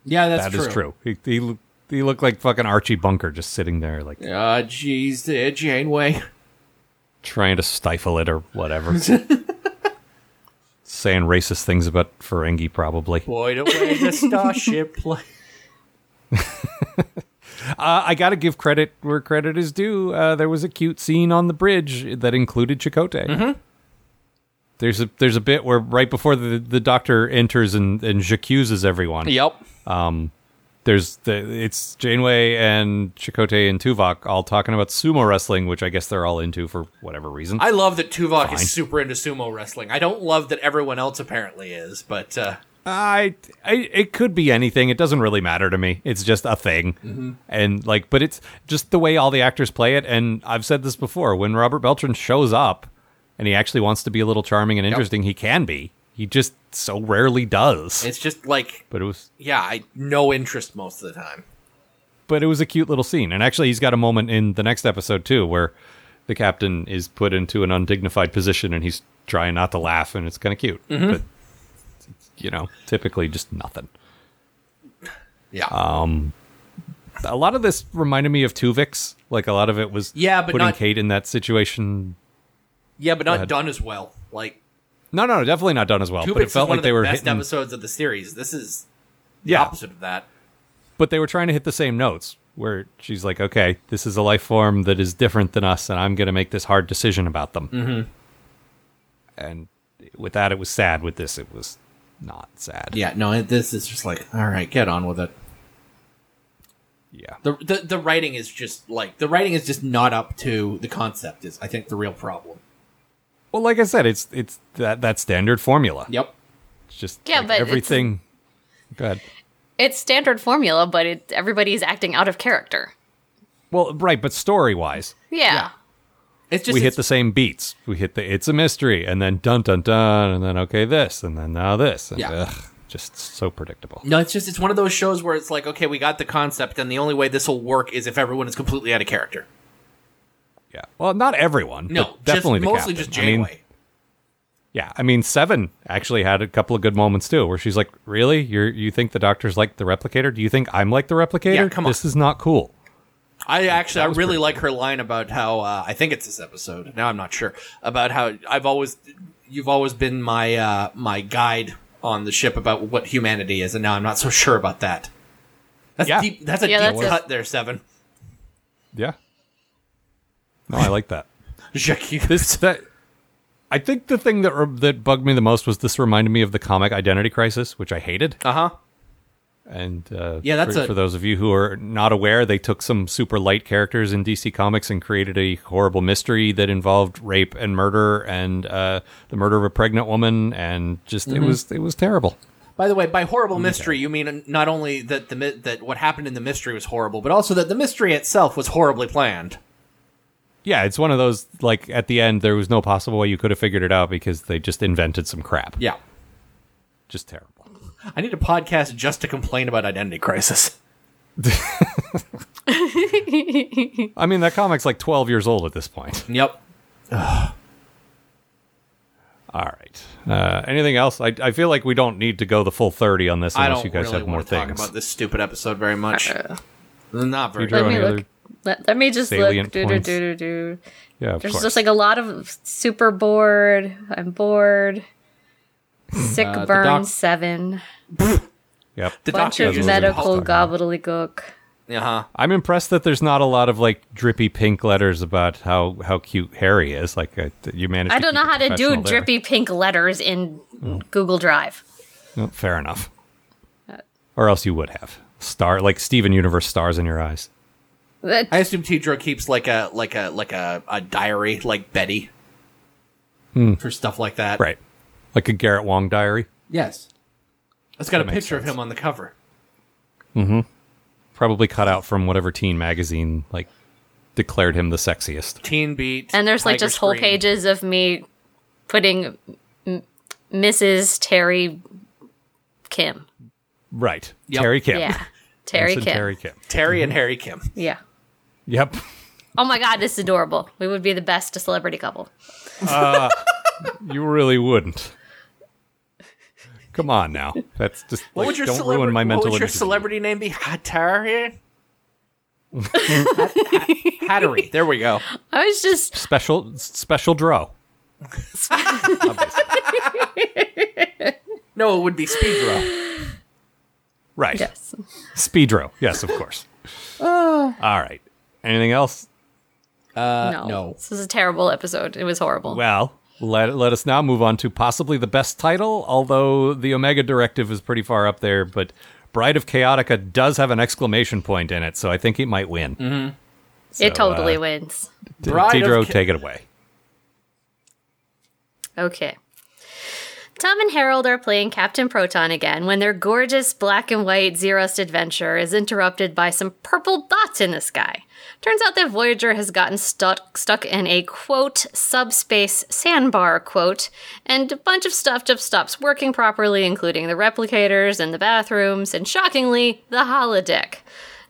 [SPEAKER 7] Yeah, that's
[SPEAKER 5] That is true. He, he, loo- he looked like fucking Archie Bunker just sitting there, like
[SPEAKER 7] Ah, jeez, uh, Janeway.
[SPEAKER 5] trying to stifle it or whatever. Saying racist things about Ferengi, probably.
[SPEAKER 7] Boy, the way the starship play.
[SPEAKER 5] Uh, I got to give credit where credit is due. Uh, there was a cute scene on the bridge that included Chakotay. There's a there's a bit where right before the, the doctor enters and and accuses everyone.
[SPEAKER 7] Yep.
[SPEAKER 5] there's the it's Janeway and Chakotay and Tuvok all talking about sumo wrestling, which I guess they're all into for whatever reason.
[SPEAKER 7] I love that Tuvok
[SPEAKER 5] Fine.
[SPEAKER 7] is super into sumo wrestling. I don't love that everyone else apparently is, but uh,
[SPEAKER 5] I, I it could be anything. It doesn't really matter to me. It's just a thing, and like, but it's just the way all the actors play it. And I've said this before: when Robert Beltran shows up, and he actually wants to be a little charming and interesting, he can be. He just so rarely does.
[SPEAKER 7] it's just like,
[SPEAKER 5] but it was
[SPEAKER 7] yeah, I no interest most of the time.
[SPEAKER 5] but it was a cute little scene. And actually, he's got a moment in the next episode too, where the captain is put into an undignified position and he's trying not to laugh, and it's kind of cute.
[SPEAKER 7] Mm-hmm.
[SPEAKER 5] But you know, typically just nothing.
[SPEAKER 7] Yeah.
[SPEAKER 5] Uh, A lot of this reminded me of Tuvix. Like a lot of it was
[SPEAKER 7] Yeah, but
[SPEAKER 5] putting
[SPEAKER 7] not-
[SPEAKER 5] Kate in that situation.
[SPEAKER 7] yeah, but not
[SPEAKER 5] ahead.
[SPEAKER 7] done as well. Like,
[SPEAKER 5] No, no, definitely not done as well.
[SPEAKER 7] Tuvix
[SPEAKER 5] but it
[SPEAKER 7] is
[SPEAKER 5] felt
[SPEAKER 7] one
[SPEAKER 5] like
[SPEAKER 7] of
[SPEAKER 5] they
[SPEAKER 7] the
[SPEAKER 5] were
[SPEAKER 7] best
[SPEAKER 5] hitting,
[SPEAKER 7] episodes of the series. This is the
[SPEAKER 5] yeah,
[SPEAKER 7] opposite of that.
[SPEAKER 5] but they were trying to hit the same notes. Where she's like, okay, this is a life form that is different than us, and I'm going to make this hard decision about them.
[SPEAKER 7] Mm-hmm.
[SPEAKER 5] And with that, it was sad. With this, it was not sad.
[SPEAKER 7] Yeah, no, it- this is just like, all right, get on with it.
[SPEAKER 5] Yeah.
[SPEAKER 7] The, the the writing is just like the writing is just not up to the concept is I think the real problem.
[SPEAKER 5] Well, like I said, it's it's that that standard formula.
[SPEAKER 7] Yep.
[SPEAKER 5] It's just
[SPEAKER 6] Yeah,
[SPEAKER 5] like
[SPEAKER 6] but it's-
[SPEAKER 5] everything. Go ahead.
[SPEAKER 6] It's standard formula, but it, everybody's acting out of character.
[SPEAKER 5] Well, right, but story wise,
[SPEAKER 6] Yeah.
[SPEAKER 7] It's just
[SPEAKER 5] we hit
[SPEAKER 7] it's-
[SPEAKER 5] the same beats. We hit the it's a mystery, and then dun dun dun, and then okay this, and then now this, and
[SPEAKER 7] Yeah.
[SPEAKER 5] ugh, just so predictable.
[SPEAKER 7] no. It's just it's one of those shows where it's like, okay, we got the concept, and the only way this will work is if everyone is completely out of character.
[SPEAKER 5] Yeah. Well, not everyone.
[SPEAKER 7] No,
[SPEAKER 5] but definitely
[SPEAKER 7] just,
[SPEAKER 5] the
[SPEAKER 7] mostly
[SPEAKER 5] captain.
[SPEAKER 7] just
[SPEAKER 5] I mean,
[SPEAKER 7] Janeway.
[SPEAKER 5] yeah, I mean, Seven actually had a couple of good moments too, where she's like, "Really, you you think the Doctor's like the replicator? Do you think I'm like the replicator?
[SPEAKER 7] Yeah, come on.
[SPEAKER 5] This is not cool."
[SPEAKER 7] I actually, I really like her line about how uh, I think it's this episode. Now I'm not sure about how I've always, you've always been my uh, my guide on the ship about what humanity is, and now I'm not so sure about that. That's
[SPEAKER 5] Yeah.
[SPEAKER 7] deep. That's a
[SPEAKER 6] Yeah,
[SPEAKER 7] deep
[SPEAKER 6] that's it.
[SPEAKER 7] cut there, Seven.
[SPEAKER 5] Yeah. No, I like that.
[SPEAKER 7] Jacques,
[SPEAKER 5] this that I think the thing that re- that bugged me the most was this reminded me of the comic Identity Crisis, which I hated.
[SPEAKER 7] uh huh.
[SPEAKER 5] And uh,
[SPEAKER 7] Yeah, that's
[SPEAKER 5] for,
[SPEAKER 7] a-
[SPEAKER 5] for those of you who are not aware, they took some super light characters in DC Comics and created a horrible mystery that involved rape and murder and uh, the murder of a pregnant woman, and just
[SPEAKER 7] Mm-hmm.
[SPEAKER 5] it was it was terrible.
[SPEAKER 7] By the way, by horrible mystery, you mean not only that the mi- that what happened in the mystery was horrible, but also that the mystery itself was horribly planned.
[SPEAKER 5] Yeah, it's one of those like at the end there was no possible way you could have figured it out because they just invented some crap.
[SPEAKER 7] Yeah,
[SPEAKER 5] just terrible.
[SPEAKER 7] I need a podcast just to complain about identity crisis.
[SPEAKER 5] I mean, that comic's like twelve years old at this point.
[SPEAKER 7] Yep.
[SPEAKER 5] All right. Uh, anything else? I, I feel like we don't need to go the full thirty on this
[SPEAKER 7] I
[SPEAKER 5] unless
[SPEAKER 7] don't
[SPEAKER 5] you guys
[SPEAKER 7] really
[SPEAKER 5] have more
[SPEAKER 7] want to talk
[SPEAKER 5] things.
[SPEAKER 7] about this stupid episode very much.
[SPEAKER 6] Uh,
[SPEAKER 7] Not very.
[SPEAKER 5] Do you
[SPEAKER 6] Let
[SPEAKER 5] have
[SPEAKER 6] me
[SPEAKER 5] any
[SPEAKER 6] look.
[SPEAKER 5] other-
[SPEAKER 6] Let, let me just
[SPEAKER 5] salient
[SPEAKER 6] look. Do, do,
[SPEAKER 5] points?
[SPEAKER 6] do, do, do.
[SPEAKER 5] Yeah, of
[SPEAKER 6] There's
[SPEAKER 5] course.
[SPEAKER 6] just like a lot of super bored. I'm bored. Sick
[SPEAKER 7] Uh, the
[SPEAKER 6] burn
[SPEAKER 7] doc-
[SPEAKER 6] seven.
[SPEAKER 5] Yep.
[SPEAKER 7] The
[SPEAKER 6] Bunch of
[SPEAKER 5] uses it.
[SPEAKER 6] medical
[SPEAKER 5] Talk about
[SPEAKER 6] gobbledygook.
[SPEAKER 7] Uh huh.
[SPEAKER 5] I'm impressed that there's not a lot of like drippy pink letters about how how cute Harry is. Like uh, th- you managed.
[SPEAKER 6] I
[SPEAKER 5] to
[SPEAKER 6] don't
[SPEAKER 5] keep
[SPEAKER 6] know
[SPEAKER 5] it
[SPEAKER 6] how to do
[SPEAKER 5] professional there.
[SPEAKER 6] drippy pink letters in Google Drive.
[SPEAKER 5] No, Oh, fair enough. Or else you would have star like Steven Universe stars in your eyes.
[SPEAKER 6] That-
[SPEAKER 7] I assume Tidro keeps like a like a like a, a diary like Betty for stuff like that.
[SPEAKER 5] Hmm. Right. Like a Garrett Wong diary.
[SPEAKER 7] Yes. It's got
[SPEAKER 5] That
[SPEAKER 7] a
[SPEAKER 5] makes
[SPEAKER 7] picture of him on the cover.
[SPEAKER 5] Probably cut out from whatever teen magazine like declared him the sexiest.
[SPEAKER 7] Teen Beat.
[SPEAKER 6] and there's like
[SPEAKER 7] Tiger
[SPEAKER 6] just whole
[SPEAKER 7] Scream.
[SPEAKER 6] pages of me putting m- Mrs. Terry Kim.
[SPEAKER 5] Right.
[SPEAKER 7] Yep.
[SPEAKER 5] Terry Kim.
[SPEAKER 6] Yeah. Terry
[SPEAKER 5] Ensign
[SPEAKER 6] Kim.
[SPEAKER 5] Terry Kim.
[SPEAKER 7] Terry and Harry Kim.
[SPEAKER 6] Yeah.
[SPEAKER 5] Yep.
[SPEAKER 6] Oh my God, this is adorable. We would be the best celebrity couple.
[SPEAKER 5] You really wouldn't. Come on now. That's just
[SPEAKER 7] What
[SPEAKER 5] like,
[SPEAKER 7] would your
[SPEAKER 5] don't
[SPEAKER 7] celebra-
[SPEAKER 5] ruin my mental
[SPEAKER 7] What would your
[SPEAKER 5] image of you.
[SPEAKER 7] celebrity name be? Hatari. Hattery. There we go.
[SPEAKER 6] I was just
[SPEAKER 5] special special draw.
[SPEAKER 7] No, it would be Speedro.
[SPEAKER 5] Right.
[SPEAKER 6] yes.
[SPEAKER 5] Speedro. Yes, of course. All right. Anything else?
[SPEAKER 6] no.
[SPEAKER 7] no.
[SPEAKER 6] This was a terrible episode. It was horrible.
[SPEAKER 5] Well, let, let us now move on to possibly the best title, although the Omega Directive is pretty far up there, but Bride of Chaotica does have an exclamation point in it, so I think it might win.
[SPEAKER 6] it
[SPEAKER 5] so,
[SPEAKER 6] totally
[SPEAKER 5] uh,
[SPEAKER 6] wins.
[SPEAKER 5] T-
[SPEAKER 7] Mm-hmm. Bride of
[SPEAKER 5] Tidro,
[SPEAKER 7] Ca-
[SPEAKER 5] take it away.
[SPEAKER 6] Okay. Tom and Harold are playing Captain Proton again when their gorgeous black and white Zerust adventure is interrupted by some purple dots in the sky. Turns out that Voyager has gotten stuck stuck in a quote subspace sandbar quote, and a bunch of stuff just stops working properly, including the replicators and the bathrooms, and shockingly, the holodeck.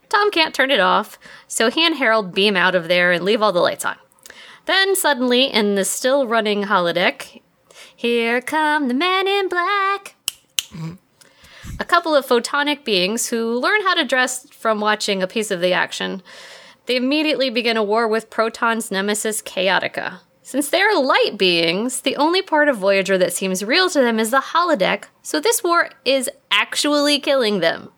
[SPEAKER 6] Tom can't turn it off, so he and Harold beam out of there and leave all the lights on. Then suddenly, in the still running holodeck, here come the men in black. A couple of photonic beings who learn how to dress from watching a piece of the action. They immediately begin a war with Proton's nemesis, Chaotica. Since they are light beings, the only part of Voyager that seems real to them is the holodeck, so this war is actually killing them.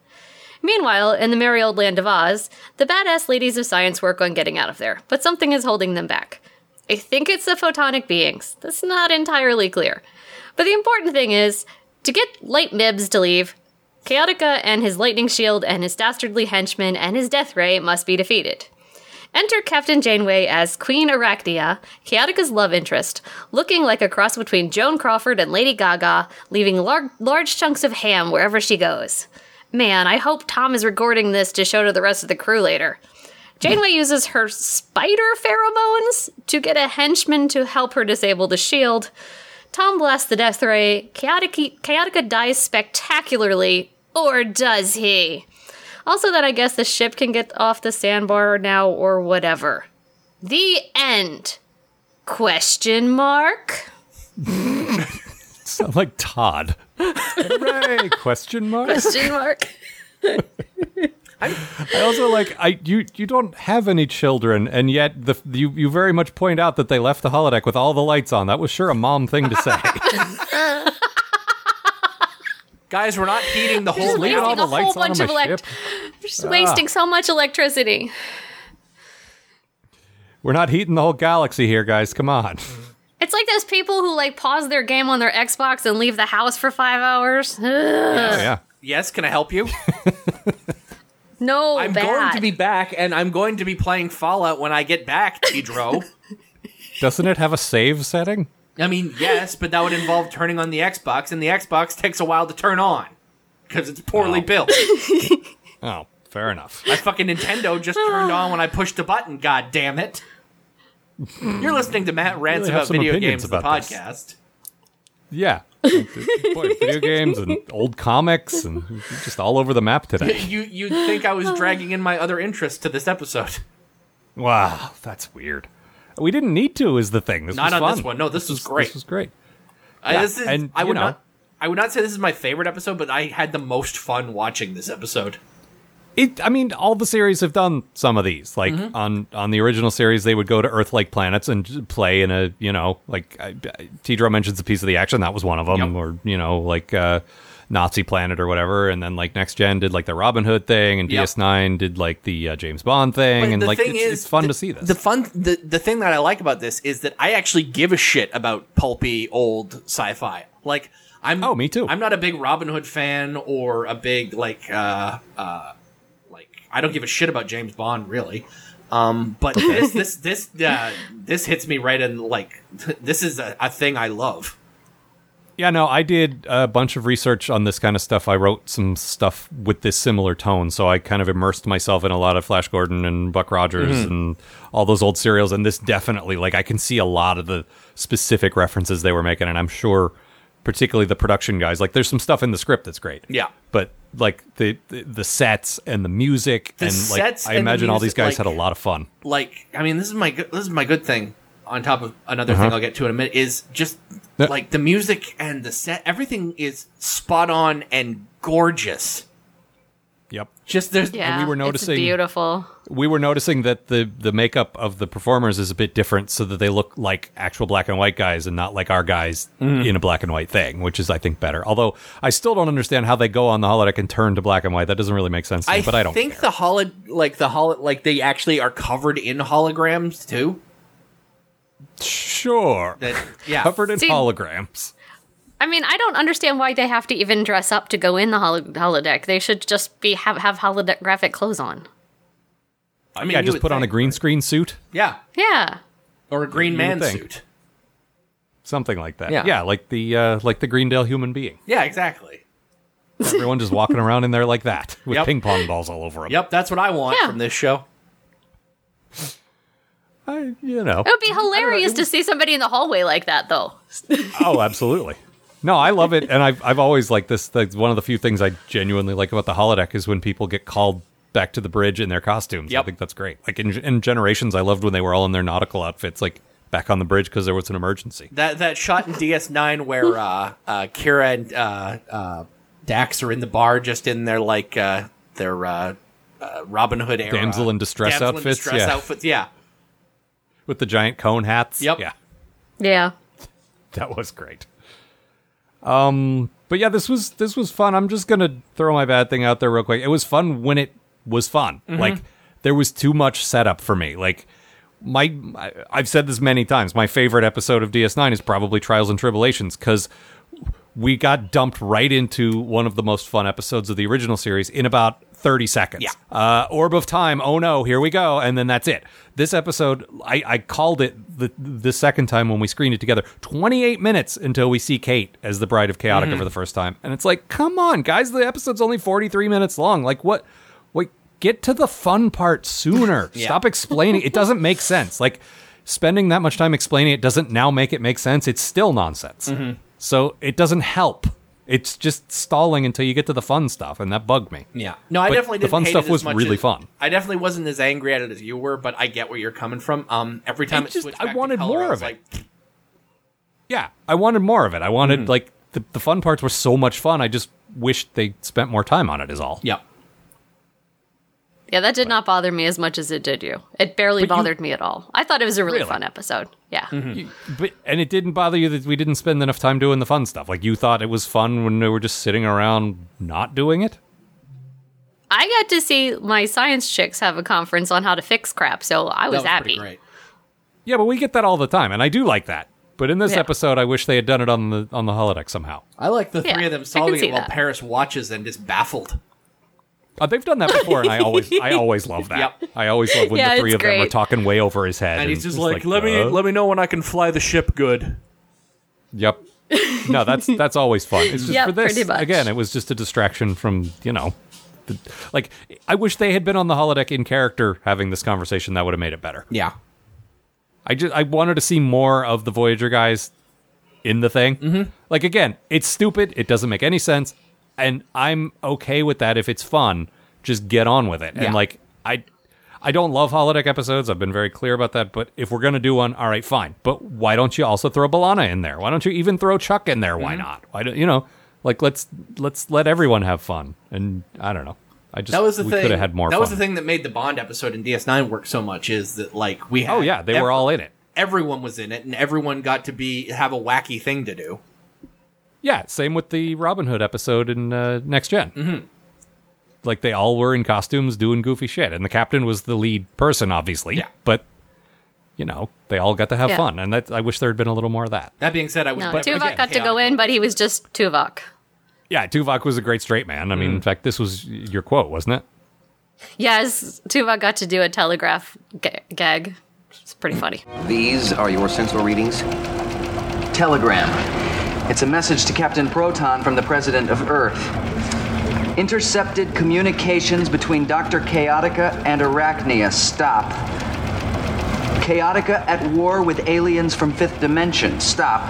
[SPEAKER 6] Meanwhile, in the merry old land of Oz, the badass ladies of science work on getting out of there, but something is holding them back. I think it's the photonic beings. That's not entirely clear. But the important thing is to get Light Mibs to leave, Chaotica and his lightning shield and his dastardly henchman and his death ray must be defeated. Enter Captain Janeway as Queen Arachnia, Chaotica's love interest, looking like a cross between Joan Crawford and Lady Gaga, leaving lar- large chunks of ham wherever she goes. Man, I hope Tom is recording this to show to the rest of the crew later. Janeway uses her spider pheromones to get a henchman to help her disable the shield. Tom blasts the death ray. Chaotica, Chaotica dies spectacularly, or does he? Also, that I guess the ship can get off the sandbar now or whatever. The end. Question mark?
[SPEAKER 5] Sound like Todd. Hooray! Question mark.
[SPEAKER 6] Question mark?
[SPEAKER 5] I also like I you you don't have any children, and yet the you you very much point out that they left the holodeck with all the lights on. That was sure a mom thing to say.
[SPEAKER 7] Guys, we're not heating the whole
[SPEAKER 6] just
[SPEAKER 7] lead.
[SPEAKER 5] Leaving
[SPEAKER 6] wasting
[SPEAKER 5] all the
[SPEAKER 6] a whole
[SPEAKER 5] lights on
[SPEAKER 6] bunch
[SPEAKER 5] on
[SPEAKER 6] of
[SPEAKER 5] my
[SPEAKER 6] elect-
[SPEAKER 5] ship. Ah.
[SPEAKER 6] Just wasting so much electricity.
[SPEAKER 5] We're not heating the whole galaxy here, guys. Come on.
[SPEAKER 6] It's like those people who like pause their game on their Xbox and leave the house for five hours. Ugh.
[SPEAKER 5] Oh, yeah.
[SPEAKER 7] Yes, can I help you?
[SPEAKER 6] No,
[SPEAKER 7] I'm
[SPEAKER 6] bad.
[SPEAKER 7] going to be back, and I'm going to be playing Fallout when I get back, Pedro.
[SPEAKER 5] Doesn't it have a save setting?
[SPEAKER 7] I mean, yes, but that would involve turning on the Xbox, and the Xbox takes a while to turn on because it's poorly
[SPEAKER 5] Wow.
[SPEAKER 7] built.
[SPEAKER 5] Oh, fair enough.
[SPEAKER 7] My fucking Nintendo just turned on when I pushed the button. God damn it! You're listening to Matt rants
[SPEAKER 5] Really have
[SPEAKER 7] about
[SPEAKER 5] some
[SPEAKER 7] video
[SPEAKER 5] opinions
[SPEAKER 7] games, the
[SPEAKER 5] about this.
[SPEAKER 7] podcast.
[SPEAKER 5] Yeah. Boy, video games and old comics and just all over the map today.
[SPEAKER 7] You you think I was dragging in my other interests to this episode?
[SPEAKER 5] Wow, that's weird. We didn't need to is the thing. This
[SPEAKER 7] Not on
[SPEAKER 5] was
[SPEAKER 7] this
[SPEAKER 5] fun.
[SPEAKER 7] one. No, this was great.
[SPEAKER 5] This was great.
[SPEAKER 7] I,
[SPEAKER 5] Yeah,
[SPEAKER 7] this is,
[SPEAKER 5] and,
[SPEAKER 7] I
[SPEAKER 5] you
[SPEAKER 7] would
[SPEAKER 5] know.
[SPEAKER 7] not. I would not say this is my favorite episode, but I had the most fun watching this episode.
[SPEAKER 5] it i mean all the series have done some of these like
[SPEAKER 7] Mm-hmm.
[SPEAKER 5] on on the original series they would go to earth like planets and j- play in a you know like I- I- tidro mentions a piece of the action that was one of them or you know like uh nazi planet or whatever and then like next gen did like the robin hood thing and
[SPEAKER 7] Yep.
[SPEAKER 5] ds9 did like the uh, james bond thing
[SPEAKER 7] But
[SPEAKER 5] and
[SPEAKER 7] the
[SPEAKER 5] like
[SPEAKER 7] thing
[SPEAKER 5] it's,
[SPEAKER 7] is,
[SPEAKER 5] it's fun
[SPEAKER 7] the-
[SPEAKER 5] to see this
[SPEAKER 7] The fun, the the thing that I like about this is that I actually give a shit about pulpy old sci-fi. Like I'm.
[SPEAKER 5] Oh, me too.
[SPEAKER 7] I'm not a big Robin Hood fan or a big like uh uh like I don't give a shit about James Bond really. Um, but this this this uh, this hits me right in like this is a, a thing I love.
[SPEAKER 5] Yeah, no, I did a bunch of research on this kind of stuff. I wrote some stuff with this similar tone, so I kind of immersed myself in a lot of Flash Gordon and Buck Rogers
[SPEAKER 7] Mm-hmm.
[SPEAKER 5] and all those old serials. And this definitely, like, I can see a lot of the specific references they were making, and I'm sure, particularly the production guys, like, there's some stuff in the script that's great.
[SPEAKER 7] Yeah.
[SPEAKER 5] but like the the, the sets and the music
[SPEAKER 7] The
[SPEAKER 5] and like,
[SPEAKER 7] sets
[SPEAKER 5] I
[SPEAKER 7] and the
[SPEAKER 5] imagine all these
[SPEAKER 7] music,
[SPEAKER 5] guys
[SPEAKER 7] like-
[SPEAKER 5] had a lot of fun.
[SPEAKER 7] like I mean this is my good this is my good thing on top of another thing I'll get to in a minute is just
[SPEAKER 5] Uh-huh. Yeah.
[SPEAKER 7] like the music and the set everything is spot on and gorgeous.
[SPEAKER 5] Yep.
[SPEAKER 7] Just there's
[SPEAKER 6] yeah,
[SPEAKER 5] we were noticing-
[SPEAKER 6] it's beautiful.
[SPEAKER 5] we were noticing that the the makeup of the performers is a bit different so that they look like actual black and white guys and not like our guys
[SPEAKER 7] Mm-hmm.
[SPEAKER 5] in a black and white thing which is i think better although i still don't understand how they go on the holodeck and turn to black and white that doesn't really make sense to me,
[SPEAKER 7] I
[SPEAKER 5] but i don't
[SPEAKER 7] think the holo like the holo like they actually are covered in holograms too.
[SPEAKER 5] sure
[SPEAKER 7] That yeah.
[SPEAKER 5] covered in
[SPEAKER 6] See-
[SPEAKER 5] holograms
[SPEAKER 6] I mean, I don't understand why they have to even dress up to go in the hol- holodeck. They should just be have have holographic clothes on.
[SPEAKER 7] I mean
[SPEAKER 5] yeah
[SPEAKER 7] you
[SPEAKER 5] just
[SPEAKER 7] would
[SPEAKER 5] put on a
[SPEAKER 7] think.
[SPEAKER 5] green screen suit
[SPEAKER 7] Yeah.
[SPEAKER 6] Yeah.
[SPEAKER 7] Or a green
[SPEAKER 5] You would
[SPEAKER 7] man
[SPEAKER 5] think.
[SPEAKER 7] suit.
[SPEAKER 5] something like that
[SPEAKER 7] Yeah.
[SPEAKER 5] like the uh like the greendale human being
[SPEAKER 7] Yeah, exactly.
[SPEAKER 5] everyone just walking around in there like that with
[SPEAKER 7] Yep.
[SPEAKER 5] ping pong balls all over them
[SPEAKER 7] Yep, that's what I want
[SPEAKER 6] Yeah.
[SPEAKER 7] from this show.
[SPEAKER 5] I, you know
[SPEAKER 6] It would be hilarious to see somebody in the hallway like that, though.
[SPEAKER 5] Oh, absolutely. No, I love it, and I've I've always liked this. That's one of the few things I genuinely like about the holodeck is when people get called back to the bridge in their costumes. I
[SPEAKER 7] Yep.
[SPEAKER 5] think that's great. Like in, in Generations, I loved when they were all in their nautical outfits, like back on the bridge because there was an emergency.
[SPEAKER 7] That that shot in DS9 where uh, uh, Kira and uh, uh, Dax are in the bar, just in their like uh, their uh, uh, Robin Hood era
[SPEAKER 5] Damsel in distress
[SPEAKER 7] Damsel in
[SPEAKER 5] outfits,
[SPEAKER 7] distress
[SPEAKER 5] yeah.
[SPEAKER 7] outfits, yeah.
[SPEAKER 5] With the giant cone hats.
[SPEAKER 7] Yep.
[SPEAKER 5] Yeah,
[SPEAKER 6] Yeah.
[SPEAKER 5] that was great. Um, but yeah, this was this was fun. I'm just gonna throw my bad thing out there real quick. It was fun when it was fun. Like there was too much setup for me. Like my, my I've said this many times. My favorite episode of DS9 is probably Trials and Tribulations because we got dumped right into one of the most fun episodes of the original series in about 30 seconds.
[SPEAKER 7] Yeah.
[SPEAKER 5] Uh, Orb of Time, oh no, here we go. And then that's it. This episode, I, I called it the, the second time when we screened it together 28 minutes until we see Kate as the Bride of Chaotica for the first time. And it's like, come on, guys, the episode's only 43 minutes long. Like, what? Wait, get to the fun part sooner. Stop explaining. It doesn't make sense. Like, spending that much time explaining it doesn't now make it make sense. It's still nonsense. So it doesn't help. It's just stalling until you get to the fun stuff, and that bugged me.
[SPEAKER 7] Yeah. No, I
[SPEAKER 5] But
[SPEAKER 7] definitely
[SPEAKER 5] the
[SPEAKER 7] didn't
[SPEAKER 5] fun
[SPEAKER 7] hate
[SPEAKER 5] stuff
[SPEAKER 7] it as
[SPEAKER 5] was
[SPEAKER 7] much
[SPEAKER 5] really
[SPEAKER 7] as-
[SPEAKER 5] fun.
[SPEAKER 7] I definitely wasn't as angry at it as you were, but I get where you're coming from. Um, every time
[SPEAKER 5] I
[SPEAKER 7] it
[SPEAKER 5] just-
[SPEAKER 7] switched
[SPEAKER 5] I
[SPEAKER 7] back to
[SPEAKER 5] wanted
[SPEAKER 7] color,
[SPEAKER 5] more
[SPEAKER 7] I was
[SPEAKER 5] of it.
[SPEAKER 7] like,
[SPEAKER 5] Yeah, I wanted more of it. I wanted
[SPEAKER 7] Mm.
[SPEAKER 5] like the, the fun parts were so much fun. I just wished they spent more time on it. Is all.
[SPEAKER 7] Yep.
[SPEAKER 6] Yeah, that did not bother me as much as it did you. It barely
[SPEAKER 5] But you-
[SPEAKER 6] bothered me at all. I thought it was a really,
[SPEAKER 5] Really?
[SPEAKER 6] fun episode. Yeah.
[SPEAKER 5] But and it didn't bother you that we didn't spend enough time doing the fun stuff. Like you thought it was fun when we were just sitting around not doing it.
[SPEAKER 6] I got to see my science chicks have a conference on how to fix crap, so I
[SPEAKER 7] That
[SPEAKER 6] was,
[SPEAKER 7] was
[SPEAKER 6] happy.
[SPEAKER 7] pretty great.
[SPEAKER 5] Yeah, but we get that all the time, and I do like that. But in this
[SPEAKER 6] Yeah.
[SPEAKER 5] episode, I wish they had done it on the on the holodeck somehow.
[SPEAKER 7] I like the
[SPEAKER 6] Yeah,
[SPEAKER 7] three of them
[SPEAKER 6] I can
[SPEAKER 7] solving
[SPEAKER 6] see
[SPEAKER 7] it while
[SPEAKER 6] that.
[SPEAKER 7] Paris watches and is baffled.
[SPEAKER 5] Uh, they've done that before, and I always I always love that.
[SPEAKER 7] Yep.
[SPEAKER 5] I always love when
[SPEAKER 6] Yeah,
[SPEAKER 5] the three
[SPEAKER 6] it's
[SPEAKER 5] of them are
[SPEAKER 6] great.
[SPEAKER 5] talking way over his head,
[SPEAKER 7] And he's just
[SPEAKER 5] it's
[SPEAKER 7] like, "Let me-
[SPEAKER 5] uh,
[SPEAKER 7] let
[SPEAKER 4] me know when I can fly the ship good.
[SPEAKER 5] Yep. No, that's that's always fun. It's just
[SPEAKER 6] Yep,
[SPEAKER 5] for this
[SPEAKER 6] pretty much.
[SPEAKER 5] again. It was just a distraction from you know, the, like I wish they had been on the holodeck in character having this conversation. That would have made it better.
[SPEAKER 7] Yeah.
[SPEAKER 5] I just I wanted to see more of the Voyager guys in the thing. Mm-hmm. Like again, it's stupid. It doesn't make any sense, and I'm okay with that if it's fun. Just get on with it.
[SPEAKER 7] Yeah.
[SPEAKER 5] And like I, I don't love holodeck episodes. I've been very clear about that. But if we're gonna do one, all right, fine. But why don't you also throw Balana in there? Why don't you even throw Chuck in there?
[SPEAKER 7] Mm-hmm.
[SPEAKER 5] Why not? Why don't you know? Like let's let's let everyone have fun. And I don't know. I just
[SPEAKER 7] That was the
[SPEAKER 5] we
[SPEAKER 7] thing.
[SPEAKER 5] could have had more.
[SPEAKER 7] that
[SPEAKER 5] fun.
[SPEAKER 7] was the thing that made the Bond episode in DS9 work so much is that like we had
[SPEAKER 5] Oh yeah, they
[SPEAKER 7] ev-
[SPEAKER 5] were all in it.
[SPEAKER 7] everyone was in it and everyone got to be have a wacky thing to do.
[SPEAKER 5] Yeah, same with the Robin Hood episode in uh, Next general
[SPEAKER 7] Mm-hmm.
[SPEAKER 5] Like they all were in costumes doing goofy shit, and the captain was the lead person, obviously.
[SPEAKER 7] Yeah.
[SPEAKER 5] But you know, they all got to have
[SPEAKER 6] Yeah.
[SPEAKER 5] fun, and that, I wish there had been a little more of that.
[SPEAKER 7] That being said, I was
[SPEAKER 6] No,
[SPEAKER 7] but
[SPEAKER 6] Tuvok
[SPEAKER 7] again,
[SPEAKER 6] got to go
[SPEAKER 7] chaotic.
[SPEAKER 6] in, but he was just Tuvok.
[SPEAKER 5] Yeah, Tuvok was a great straight man. I mean,
[SPEAKER 7] Mm.
[SPEAKER 5] in fact, this was your quote, wasn't it?
[SPEAKER 6] Yes, Tuvok got to do a telegraph ga- gag. It's pretty funny.
[SPEAKER 9] These are your sensor readings. Telegram. It's a message to Captain Proton from the President of Earth. Intercepted communications between Dr. Chaotica and Arachnia. Stop. Chaotica at war with aliens from Fifth Dimension. Stop.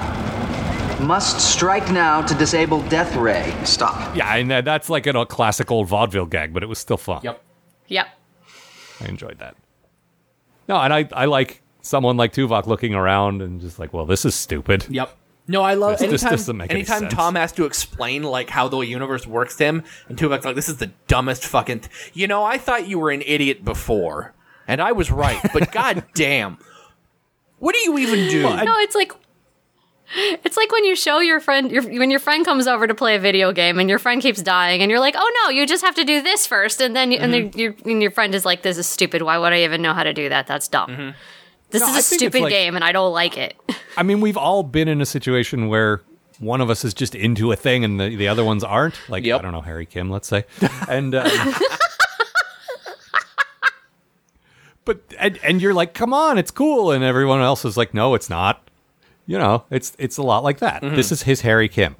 [SPEAKER 9] Must strike now to disable Death Ray. Stop.
[SPEAKER 5] Yeah, and that- that's like an, a classic old vaudeville gag, but it was still fun.
[SPEAKER 7] Yep.
[SPEAKER 6] Yep.
[SPEAKER 5] I enjoyed that. No, and I, I like someone like Tuvok looking around and just like, well, this is stupid.
[SPEAKER 7] Yep. No, I love
[SPEAKER 5] This- this
[SPEAKER 7] anytime,
[SPEAKER 5] doesn't make any
[SPEAKER 7] anytime
[SPEAKER 5] sense.
[SPEAKER 7] Tom has to explain like how the universe works to him, and Tuvok's like, "This is the dumbest fucking." Th- you know, I thought you were an idiot before, and I was right. But god damn, what do you even do?
[SPEAKER 6] No, it's like it's like when you show your friend your, when your friend comes over to play a video game and your friend keeps dying and you're like, "Oh no, you just have to do this first. and then you, and
[SPEAKER 5] Mm-hmm.
[SPEAKER 6] then your and your friend is like, "This is stupid. Why would I even know how to do that? That's dumb." This
[SPEAKER 5] Mm-hmm. No,
[SPEAKER 6] is
[SPEAKER 5] I
[SPEAKER 6] a
[SPEAKER 5] think it's
[SPEAKER 6] stupid
[SPEAKER 5] like-
[SPEAKER 6] game and I don't like it.
[SPEAKER 5] I mean, we've all been in a situation where one of us is just into a thing and the, the other ones aren't. Like,
[SPEAKER 7] Yep.
[SPEAKER 5] I don't know, Harry Kim, let's say. And. Um, But and, and you're like, come on, it's cool, and everyone else is like, no, it's not. You know, it's it's a lot like that.
[SPEAKER 7] Mm-hmm.
[SPEAKER 5] This is his Harry Kim,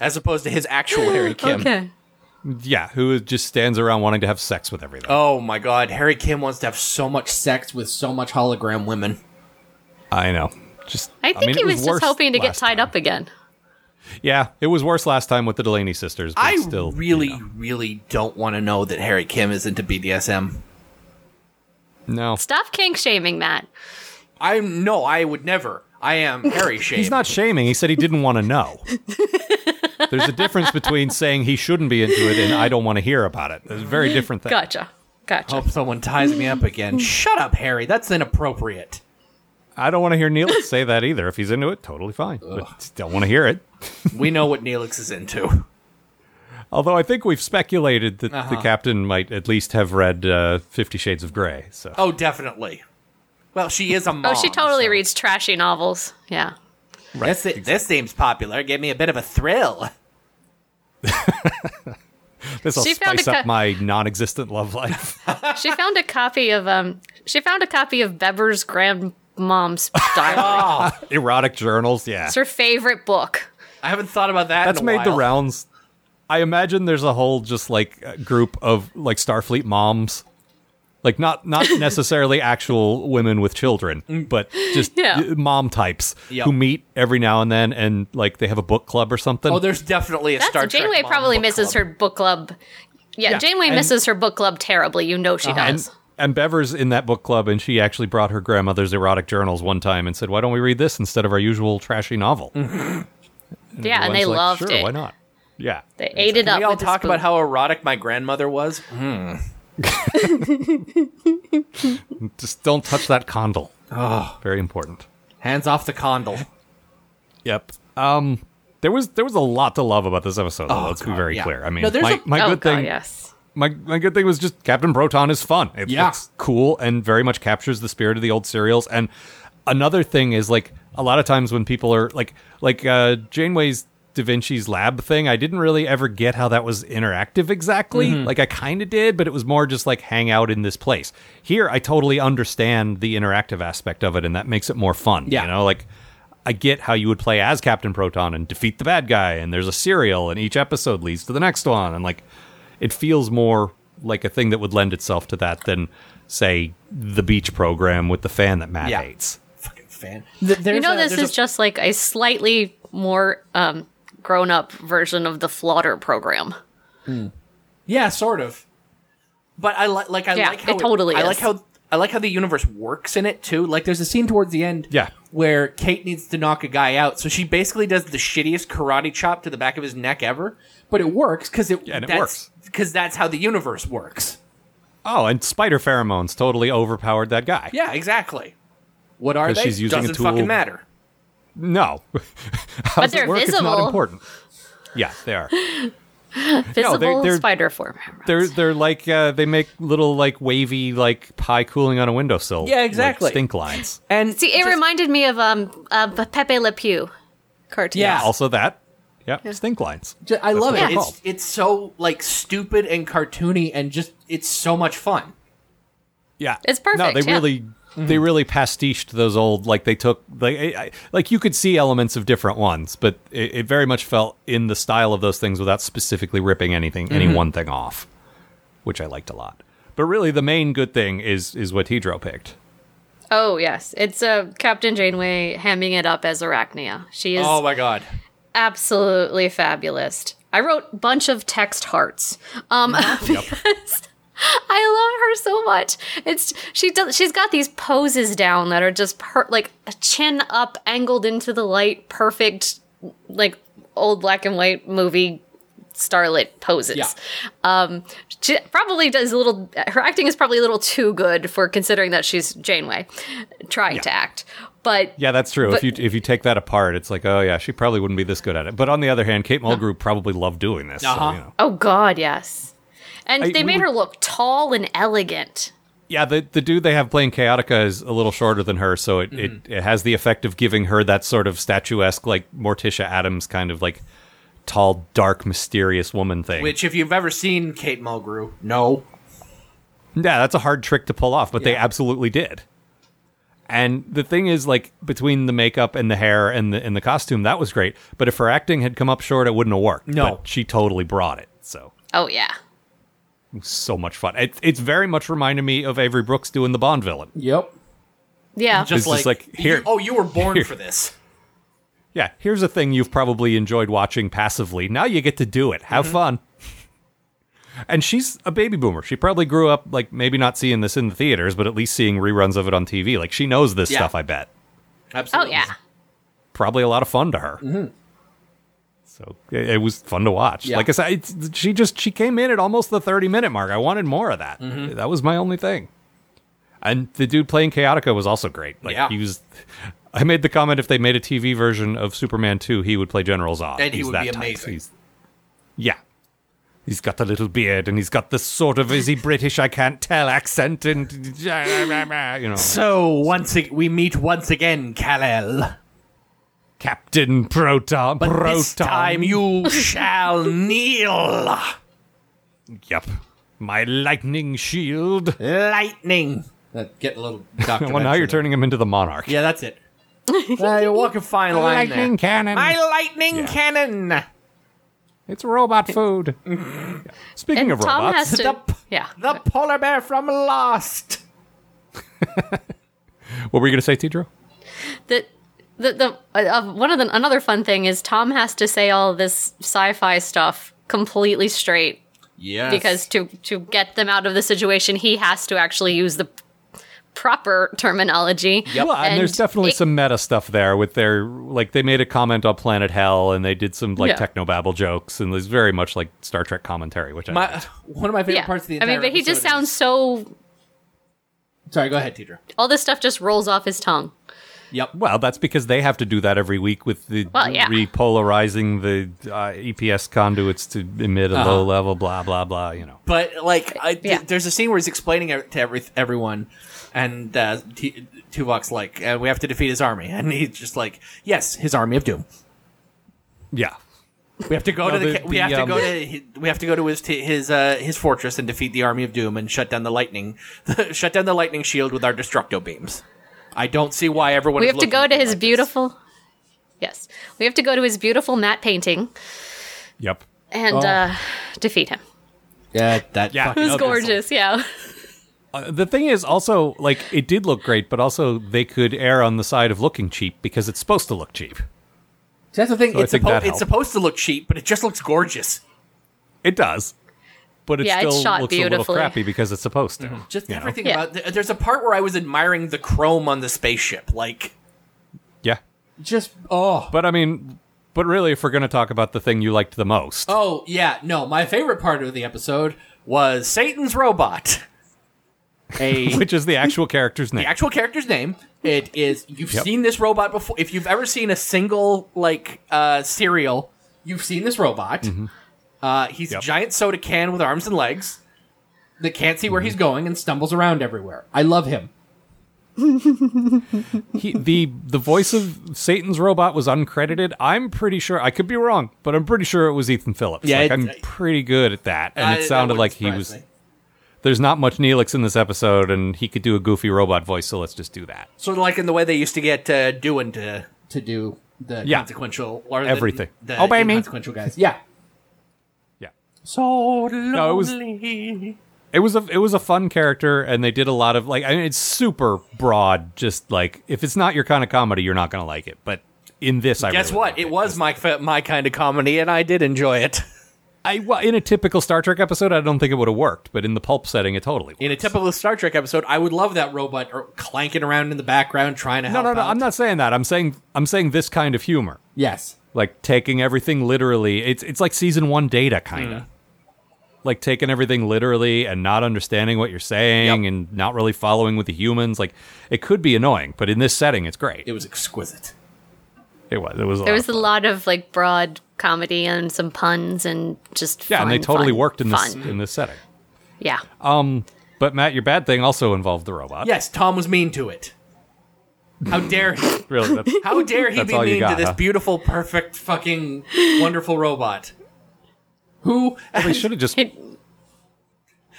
[SPEAKER 7] As opposed to his actual Harry Kim.
[SPEAKER 6] Okay.
[SPEAKER 5] yeah, who just stands around wanting to have sex with everything.
[SPEAKER 7] Oh my god, Harry Kim wants to have so much sex with so much hologram women.
[SPEAKER 5] I know. Just
[SPEAKER 6] I think
[SPEAKER 5] mean,
[SPEAKER 6] he
[SPEAKER 5] it
[SPEAKER 6] was,
[SPEAKER 5] worse
[SPEAKER 6] just hoping to get
[SPEAKER 5] last
[SPEAKER 6] tied
[SPEAKER 5] time.
[SPEAKER 6] up again.
[SPEAKER 5] Yeah, it was worse last time with the Delaney sisters. But
[SPEAKER 7] I
[SPEAKER 5] still you
[SPEAKER 7] really,
[SPEAKER 5] know.
[SPEAKER 7] really don't want to know that Harry Kim is into BDSM.
[SPEAKER 5] no.
[SPEAKER 6] Stop kink shaming, Matt.
[SPEAKER 7] I no, I would never. I am Harry Shame.
[SPEAKER 5] He's not shaming. He said he didn't want to know. There's a difference between saying he shouldn't be into it and I don't want to hear about it. There's a very different thing.
[SPEAKER 6] Gotcha. Gotcha.
[SPEAKER 7] Hope someone ties me up again. Shut up, Harry. That's inappropriate.
[SPEAKER 5] I don't want to hear Neil say that either. If he's into it, totally fine. But don't want to hear it.
[SPEAKER 7] We know what Neelix is into.
[SPEAKER 5] Although I think we've speculated that the
[SPEAKER 6] Uh-huh.
[SPEAKER 5] captain might at least have read uh, Fifty Shades of Grey. So
[SPEAKER 7] Oh, definitely. Well, she is a mom.
[SPEAKER 6] Oh, she totally
[SPEAKER 7] so-
[SPEAKER 6] reads trashy novels. Yeah.
[SPEAKER 7] This, this seems popular. Gave me a bit of a thrill.
[SPEAKER 5] This will
[SPEAKER 6] She found
[SPEAKER 5] spice
[SPEAKER 6] a
[SPEAKER 5] up
[SPEAKER 6] cut-
[SPEAKER 5] my non-existent love life.
[SPEAKER 6] She found a copy of um. She found a copy of Beber's grandmom's diary.
[SPEAKER 5] Erotic journals, yeah.
[SPEAKER 6] it's her favorite book.
[SPEAKER 7] I haven't thought about that.
[SPEAKER 5] That's
[SPEAKER 7] in a
[SPEAKER 5] made the
[SPEAKER 7] while.
[SPEAKER 5] rounds. I imagine there's a whole just like uh, group of like Starfleet moms. Like not not necessarily actual women with children, but just
[SPEAKER 6] Mm. Yeah.
[SPEAKER 5] uh, mom types
[SPEAKER 7] Yep.
[SPEAKER 5] who meet every now and then and like they have a book club or something.
[SPEAKER 7] Oh, there's definitely a
[SPEAKER 6] That's
[SPEAKER 7] Star Trek
[SPEAKER 6] Janeway
[SPEAKER 7] mom
[SPEAKER 6] probably
[SPEAKER 7] book
[SPEAKER 6] misses
[SPEAKER 7] club.
[SPEAKER 6] her book club. Yeah,
[SPEAKER 5] Yeah,
[SPEAKER 6] Janeway
[SPEAKER 5] and- Uh-huh.
[SPEAKER 6] misses her book club terribly. You know she does.
[SPEAKER 5] and, and Bever's in that book club and she actually brought her grandmother's erotic journals one time and said, "Why don't we read this instead of our usual trashy novel?"
[SPEAKER 6] yeah, and they
[SPEAKER 5] Everyone's like,
[SPEAKER 6] loved
[SPEAKER 5] sure,
[SPEAKER 6] it.
[SPEAKER 5] Why not? Yeah.
[SPEAKER 6] They ate it up.
[SPEAKER 7] We all
[SPEAKER 6] with the
[SPEAKER 7] talk about
[SPEAKER 6] spoon.
[SPEAKER 7] how erotic my grandmother was.
[SPEAKER 5] Just don't touch that condyle. Oh, very important.
[SPEAKER 7] Hands off the condyle.
[SPEAKER 5] Yep. Um, there was there was a lot to love about this episode. though, let's be very
[SPEAKER 7] Oh, yeah.
[SPEAKER 5] clear. I mean,
[SPEAKER 7] No, there's
[SPEAKER 5] my,
[SPEAKER 7] a-
[SPEAKER 5] my
[SPEAKER 6] Oh,
[SPEAKER 5] good
[SPEAKER 6] God,
[SPEAKER 5] thing,
[SPEAKER 6] yes.
[SPEAKER 5] my my good thing was just Captain Proton is fun. It
[SPEAKER 7] Yeah.
[SPEAKER 5] looks cool and very much captures the spirit of the old serials. And another thing is like a lot of times when people are like like uh, Janeway's Da Vinci's lab thing, I didn't really ever get how that was interactive exactly.
[SPEAKER 7] Mm-hmm.
[SPEAKER 5] Like I kind of did, but it was more just like hang out in this place. Here, I totally understand the interactive aspect of it, and that makes it more fun.
[SPEAKER 7] Yeah.
[SPEAKER 5] you know, like. I get how you would play as Captain Proton and defeat the bad guy, and there's a serial, and each episode leads to the next one, and like it feels more like a thing that would lend itself to that than say the beach program with the fan that Matt
[SPEAKER 7] Yeah.
[SPEAKER 5] hates.
[SPEAKER 7] Fucking fan. Th-
[SPEAKER 6] You
[SPEAKER 7] there's
[SPEAKER 6] know,
[SPEAKER 7] a-
[SPEAKER 6] this
[SPEAKER 7] there's
[SPEAKER 6] is
[SPEAKER 7] a-
[SPEAKER 6] just like a slightly more um, grown-up version of the Flutter program.
[SPEAKER 7] yeah, sort of. But I like like I
[SPEAKER 6] Yeah,
[SPEAKER 7] like how
[SPEAKER 6] it totally
[SPEAKER 7] I
[SPEAKER 6] is.
[SPEAKER 7] like how I like how the universe works in it too. Like there's a scene towards the end
[SPEAKER 5] Yeah.
[SPEAKER 7] where Kate needs to knock a guy out, so she basically does the shittiest karate chop to the back of his neck ever, but it works cuz it,
[SPEAKER 5] and it works.
[SPEAKER 7] cuz that's how the universe works.
[SPEAKER 5] Oh, and spider pheromones totally overpowered that guy.
[SPEAKER 7] Yeah, exactly. What are
[SPEAKER 5] 'Cause
[SPEAKER 7] they?
[SPEAKER 5] she's using a
[SPEAKER 7] Doesn't
[SPEAKER 5] tool-
[SPEAKER 7] fucking matter.
[SPEAKER 5] No.
[SPEAKER 6] But they're
[SPEAKER 5] Work is not
[SPEAKER 6] visible.
[SPEAKER 5] important. Yeah, they are.
[SPEAKER 6] Visible
[SPEAKER 5] they're-
[SPEAKER 6] spider form.
[SPEAKER 5] They're they're like uh, they make little like wavy like pie cooling on a windowsill.
[SPEAKER 7] Yeah,
[SPEAKER 5] like,
[SPEAKER 7] exactly.
[SPEAKER 5] stink lines.
[SPEAKER 7] And
[SPEAKER 6] See, it reminded me of um, uh, Pepe Le Pew cartoon.
[SPEAKER 7] Yeah.
[SPEAKER 5] Also that. Yeah, stink lines.
[SPEAKER 7] Ju- I love
[SPEAKER 5] what
[SPEAKER 7] it.
[SPEAKER 5] they're
[SPEAKER 7] It's
[SPEAKER 5] called.
[SPEAKER 7] it's so like stupid and cartoony and just it's so much fun.
[SPEAKER 5] Yeah,
[SPEAKER 6] It's
[SPEAKER 5] No,
[SPEAKER 6] perfect,
[SPEAKER 5] they
[SPEAKER 6] yeah.
[SPEAKER 5] really they really pastiched those old like they took like I, I, like you could see elements of different ones, but it, it very much felt in the style of those things without specifically ripping anything any one thing off, which I liked a lot. But really, the main good thing is is what Hedro picked.
[SPEAKER 6] Oh yes, it's uh, Captain Janeway hamming it up as Arachnia. She is
[SPEAKER 7] Oh my god.
[SPEAKER 6] absolutely fabulous. I wrote bunch of text hearts um, because I love her so much. It's she does. She's got these poses down that are just per- like a chin up, angled into the light, perfect, like old black and white movie starlet poses.
[SPEAKER 7] Yeah.
[SPEAKER 6] Um, she probably does a little. Her acting is probably a little too good for considering that she's Janeway, trying to act. But
[SPEAKER 5] Yeah, that's true. if
[SPEAKER 6] But-
[SPEAKER 5] you if you take that apart, it's like oh yeah, she probably wouldn't be this good at it. But on the other hand, Kate
[SPEAKER 6] Uh-huh.
[SPEAKER 5] Mulgrew probably loved doing this. so,
[SPEAKER 7] Uh-huh.
[SPEAKER 5] you know.
[SPEAKER 6] Oh God, yes. And
[SPEAKER 5] I-
[SPEAKER 6] they
[SPEAKER 5] we
[SPEAKER 6] made
[SPEAKER 5] were-
[SPEAKER 6] her look tall and elegant.
[SPEAKER 5] Yeah, the the dude they have playing Chaotica is a little shorter than her, so it,
[SPEAKER 7] Mm-hmm.
[SPEAKER 5] it, it has the effect of giving her that sort of statuesque, like Morticia Adams kind of like tall, dark, mysterious woman thing.
[SPEAKER 7] Which if you've ever seen Kate Mulgrew, no.
[SPEAKER 5] yeah, that's a hard trick to pull off, but they absolutely did. And the thing is, like between the makeup and the hair and the and the costume, that was great. But if her acting had come up short, it wouldn't have worked.
[SPEAKER 7] No.
[SPEAKER 5] but she totally brought it. So
[SPEAKER 6] Oh yeah.
[SPEAKER 5] so much fun. It, it's very much reminded me of Avery Brooks doing the Bond villain.
[SPEAKER 7] Yep.
[SPEAKER 6] Yeah.
[SPEAKER 7] Just
[SPEAKER 5] It's
[SPEAKER 7] like,
[SPEAKER 5] just like, here-
[SPEAKER 7] you- oh, you were born for this.
[SPEAKER 5] Yeah, here's a thing you've probably enjoyed watching passively. Now you get to do it. Have fun. And she's a baby boomer. She probably grew up like maybe not seeing this in the theaters, but at least seeing reruns of it on TV. Like she knows this
[SPEAKER 7] Yeah.
[SPEAKER 5] stuff, I bet.
[SPEAKER 6] oh
[SPEAKER 7] Absolutely.
[SPEAKER 6] yeah.
[SPEAKER 5] Probably a lot of fun to her. So it, it was fun to watch.
[SPEAKER 7] Mm-hmm. Yeah.
[SPEAKER 5] Like I said, it's, she just she came in at almost the 30 minute mark. I wanted more of that.
[SPEAKER 7] Mm-hmm.
[SPEAKER 5] That was my only thing. And the dude playing Chaotica was also great. Like
[SPEAKER 7] Yeah.
[SPEAKER 5] he was I made the comment if they made a TV version of Superman 2, he would play General Zod.
[SPEAKER 7] And he would be
[SPEAKER 5] type.
[SPEAKER 7] amazing.
[SPEAKER 5] He's- yeah. He's got the little beard and he's got this sort of is he British I can't tell accent and you know.
[SPEAKER 7] So once ag- we meet once again, Kal-El.
[SPEAKER 5] Captain Proton.
[SPEAKER 7] But
[SPEAKER 5] Proton.
[SPEAKER 7] this time you shall kneel.
[SPEAKER 5] Yep. My lightning shield.
[SPEAKER 7] Lightning. That get a little. Doctor
[SPEAKER 5] Well, now you're turning him into the monarch.
[SPEAKER 7] Yeah, that's it. Uh, you're walking fine line there.
[SPEAKER 5] lightning cannon.
[SPEAKER 7] My lightning
[SPEAKER 5] Yeah.
[SPEAKER 7] cannon.
[SPEAKER 5] it's robot food. Speaking
[SPEAKER 6] And
[SPEAKER 5] of
[SPEAKER 6] Tom
[SPEAKER 5] robots,
[SPEAKER 6] has to.
[SPEAKER 7] Stop.
[SPEAKER 6] Yeah.
[SPEAKER 7] The polar bear from Lost.
[SPEAKER 5] what were you going to say, Tidro?
[SPEAKER 6] the the, the uh, uh, one of the another fun thing is Tom has to say all this sci-fi stuff completely straight
[SPEAKER 7] Yes.
[SPEAKER 6] because to to get them out of the situation he has to actually use the proper terminology.
[SPEAKER 5] Well, and, there's definitely
[SPEAKER 6] it-
[SPEAKER 5] some meta stuff there with their like they made a comment on Planet Hell and they did some like
[SPEAKER 6] Yeah.
[SPEAKER 5] techno technobabble jokes and there's very much like Star Trek commentary, which I
[SPEAKER 7] my, one of my favorite
[SPEAKER 6] Yeah.
[SPEAKER 7] parts of the
[SPEAKER 6] I mean,
[SPEAKER 7] entire
[SPEAKER 6] but he just
[SPEAKER 7] episode is-
[SPEAKER 6] sounds so
[SPEAKER 7] Sorry, go ahead, Tidra.
[SPEAKER 6] all this stuff just rolls off his tongue.
[SPEAKER 7] Yep.
[SPEAKER 5] Well, that's because they have to do that every week with the
[SPEAKER 6] Well, yeah.
[SPEAKER 5] repolarizing the uh, EPS conduits to emit a low level, blah blah blah. You know,
[SPEAKER 7] But like, I, th-
[SPEAKER 6] Yeah.
[SPEAKER 7] there's a scene where he's explaining ev- to every, everyone, and uh, T- Tuvok's like, uh, "We have to defeat his army," and he's just like, "Yes, his army of doom.
[SPEAKER 5] yeah,
[SPEAKER 7] We have to go
[SPEAKER 5] No,
[SPEAKER 7] to the,
[SPEAKER 5] the-
[SPEAKER 7] ca- we
[SPEAKER 5] the,
[SPEAKER 7] have to
[SPEAKER 5] um,
[SPEAKER 7] go to hi- we have to go to his t- his uh, his fortress and defeat the army of doom and shut down the lightning, shut down the lightning shield with our destructo beams." I don't see why everyone.
[SPEAKER 6] We
[SPEAKER 7] is
[SPEAKER 6] have to
[SPEAKER 7] looking
[SPEAKER 6] go
[SPEAKER 7] at
[SPEAKER 6] to
[SPEAKER 7] me
[SPEAKER 6] his
[SPEAKER 7] like this.
[SPEAKER 6] beautiful. Yes, we have to go to his beautiful matte painting
[SPEAKER 5] yep.
[SPEAKER 6] and uh, defeat him.
[SPEAKER 7] Yeah, that
[SPEAKER 5] Yeah.
[SPEAKER 7] fucking
[SPEAKER 6] Who's
[SPEAKER 7] episode.
[SPEAKER 6] gorgeous? Yeah.
[SPEAKER 5] Uh, the thing is, also like it did look great, but also they could err on the side of looking cheap because it's supposed to look cheap.
[SPEAKER 7] That's the thing.
[SPEAKER 5] So I
[SPEAKER 7] it's
[SPEAKER 5] think
[SPEAKER 7] suppo-
[SPEAKER 5] that
[SPEAKER 7] it's
[SPEAKER 5] helped.
[SPEAKER 7] supposed to look cheap, but it just looks gorgeous.
[SPEAKER 5] It does, but it
[SPEAKER 6] Yeah, it's
[SPEAKER 5] still
[SPEAKER 6] shot
[SPEAKER 5] looks a little
[SPEAKER 6] beautifully.
[SPEAKER 5] crappy because it's supposed to.
[SPEAKER 7] Just
[SPEAKER 5] you know?
[SPEAKER 7] everything
[SPEAKER 6] Yeah.
[SPEAKER 7] about. th- There's a part where I was admiring the chrome on the spaceship, like
[SPEAKER 5] Yeah,
[SPEAKER 7] just oh
[SPEAKER 5] but I mean, but really, if we're going to talk about the thing you liked the most,
[SPEAKER 7] oh yeah. No, my favorite part of the episode was Satan's robot. A
[SPEAKER 5] which is the actual character's name,
[SPEAKER 7] the actual character's name. It is you've
[SPEAKER 5] Yep.
[SPEAKER 7] seen this robot before. If you've ever seen a single like uh serial, you've seen this robot. Uh, he's
[SPEAKER 5] Yep.
[SPEAKER 7] a giant soda can with arms and legs that can't see where he's going and stumbles around everywhere. I love him.
[SPEAKER 5] he, the the voice of Satan's robot was uncredited. I'm pretty sure I could be wrong, but I'm pretty sure it was Ethan Phillips.
[SPEAKER 7] Yeah,
[SPEAKER 5] like,
[SPEAKER 7] it-
[SPEAKER 5] I'm pretty good at that, and
[SPEAKER 7] I-
[SPEAKER 5] it
[SPEAKER 7] that
[SPEAKER 5] sounded
[SPEAKER 7] wouldn't
[SPEAKER 5] like he
[SPEAKER 7] surprise
[SPEAKER 5] was.
[SPEAKER 7] me.
[SPEAKER 5] There's not much Neelix in this episode, and he could do a goofy robot voice, so let's just do that.
[SPEAKER 7] sort of like in the way they used to get uh, Doohan to to do the
[SPEAKER 5] Yeah.
[SPEAKER 7] consequential or
[SPEAKER 5] Everything.
[SPEAKER 7] The,
[SPEAKER 5] Obey me.
[SPEAKER 7] consequential guys. Yeah,
[SPEAKER 5] Yeah,
[SPEAKER 7] so
[SPEAKER 5] no, it was
[SPEAKER 7] lonely.
[SPEAKER 5] it was a it was a fun character, and they did a lot of like. I mean, it's super broad. Just like if it's not your kind of comedy, you're not gonna like it. But in this, I
[SPEAKER 7] Guess
[SPEAKER 5] really
[SPEAKER 7] what?
[SPEAKER 5] loved
[SPEAKER 7] It was my fa- my kind of comedy, and I did enjoy it.
[SPEAKER 5] I well, in a typical Star Trek episode, I don't think it would have worked, but in the pulp setting, it totally.
[SPEAKER 7] In a
[SPEAKER 5] works.
[SPEAKER 7] typical Star Trek episode, I would love that robot or clanking around in the background trying to
[SPEAKER 5] no,
[SPEAKER 7] help.
[SPEAKER 5] no, no.
[SPEAKER 7] out.
[SPEAKER 5] I'm not saying that. I'm saying I'm saying this kind of humor.
[SPEAKER 7] Yes,
[SPEAKER 5] like taking everything literally. It's it's like season one data kind of. Like taking everything literally and not understanding what you're saying
[SPEAKER 7] Yep.
[SPEAKER 5] and not really following with the humans. Like it could be annoying, but in this setting, it's great.
[SPEAKER 7] it was exquisite.
[SPEAKER 5] It was. It was. A
[SPEAKER 6] There
[SPEAKER 5] lot
[SPEAKER 6] was
[SPEAKER 5] of
[SPEAKER 6] a
[SPEAKER 5] fun.
[SPEAKER 6] lot of like broad comedy and some puns and just
[SPEAKER 5] Yeah, and they
[SPEAKER 6] fun,
[SPEAKER 5] totally
[SPEAKER 6] fun,
[SPEAKER 5] worked in this Uh,
[SPEAKER 6] fun.
[SPEAKER 5] in this setting.
[SPEAKER 6] Yeah,
[SPEAKER 5] But Matt, your bad thing also involved the robot.
[SPEAKER 7] Yes, Tom was mean to it. How dare he?
[SPEAKER 5] really. That's,
[SPEAKER 7] How dare he
[SPEAKER 5] That's
[SPEAKER 7] be
[SPEAKER 5] all you
[SPEAKER 7] mean to
[SPEAKER 5] got,
[SPEAKER 7] this
[SPEAKER 5] huh?
[SPEAKER 7] beautiful, perfect, fucking, wonderful robot? Who
[SPEAKER 5] they should have just.
[SPEAKER 6] It-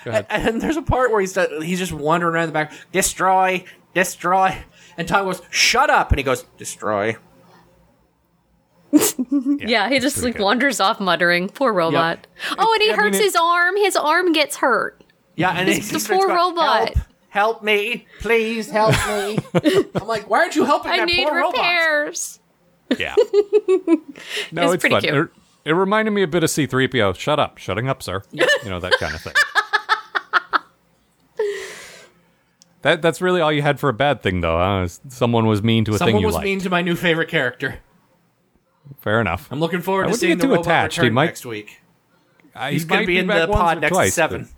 [SPEAKER 7] And there's a part where he's he's just wandering around the back, destroy, destroy, and Tom goes, "Shut up!" and he goes, "Destroy."
[SPEAKER 6] yeah, He just
[SPEAKER 5] pretty
[SPEAKER 6] like
[SPEAKER 5] good.
[SPEAKER 6] wanders off muttering. Poor robot. Oh, and he
[SPEAKER 5] I mean,
[SPEAKER 6] hurts
[SPEAKER 5] it-
[SPEAKER 6] his arm. His arm gets hurt.
[SPEAKER 7] Yeah, and it's
[SPEAKER 6] the poor robot.
[SPEAKER 7] Help, help me, please help me. I'm like, why aren't you helping
[SPEAKER 6] I
[SPEAKER 7] that
[SPEAKER 6] need
[SPEAKER 7] poor robot?
[SPEAKER 6] repairs.
[SPEAKER 5] Yeah. no,
[SPEAKER 6] It's
[SPEAKER 5] it's,
[SPEAKER 6] pretty
[SPEAKER 5] fun.
[SPEAKER 6] cute.
[SPEAKER 5] It, it reminded me a bit of C-3PO. Shut up, shutting up, sir. you know that kind of thing. that that's really all you had for a bad thing, though. Huh? Is Someone was mean to a thing
[SPEAKER 7] Someone
[SPEAKER 5] you
[SPEAKER 7] was
[SPEAKER 5] liked.
[SPEAKER 7] mean to my new favorite character.
[SPEAKER 5] Fair enough.
[SPEAKER 7] I'm looking forward
[SPEAKER 5] I
[SPEAKER 7] to
[SPEAKER 5] wouldn't
[SPEAKER 7] seeing
[SPEAKER 5] get
[SPEAKER 7] the
[SPEAKER 5] too
[SPEAKER 7] robot
[SPEAKER 5] attached. He
[SPEAKER 7] return
[SPEAKER 5] might-
[SPEAKER 7] next week.
[SPEAKER 5] Uh, he
[SPEAKER 7] He's going
[SPEAKER 5] might
[SPEAKER 7] to be in the
[SPEAKER 5] back once
[SPEAKER 7] pod
[SPEAKER 5] or
[SPEAKER 7] next to
[SPEAKER 5] twice, but-
[SPEAKER 7] seven.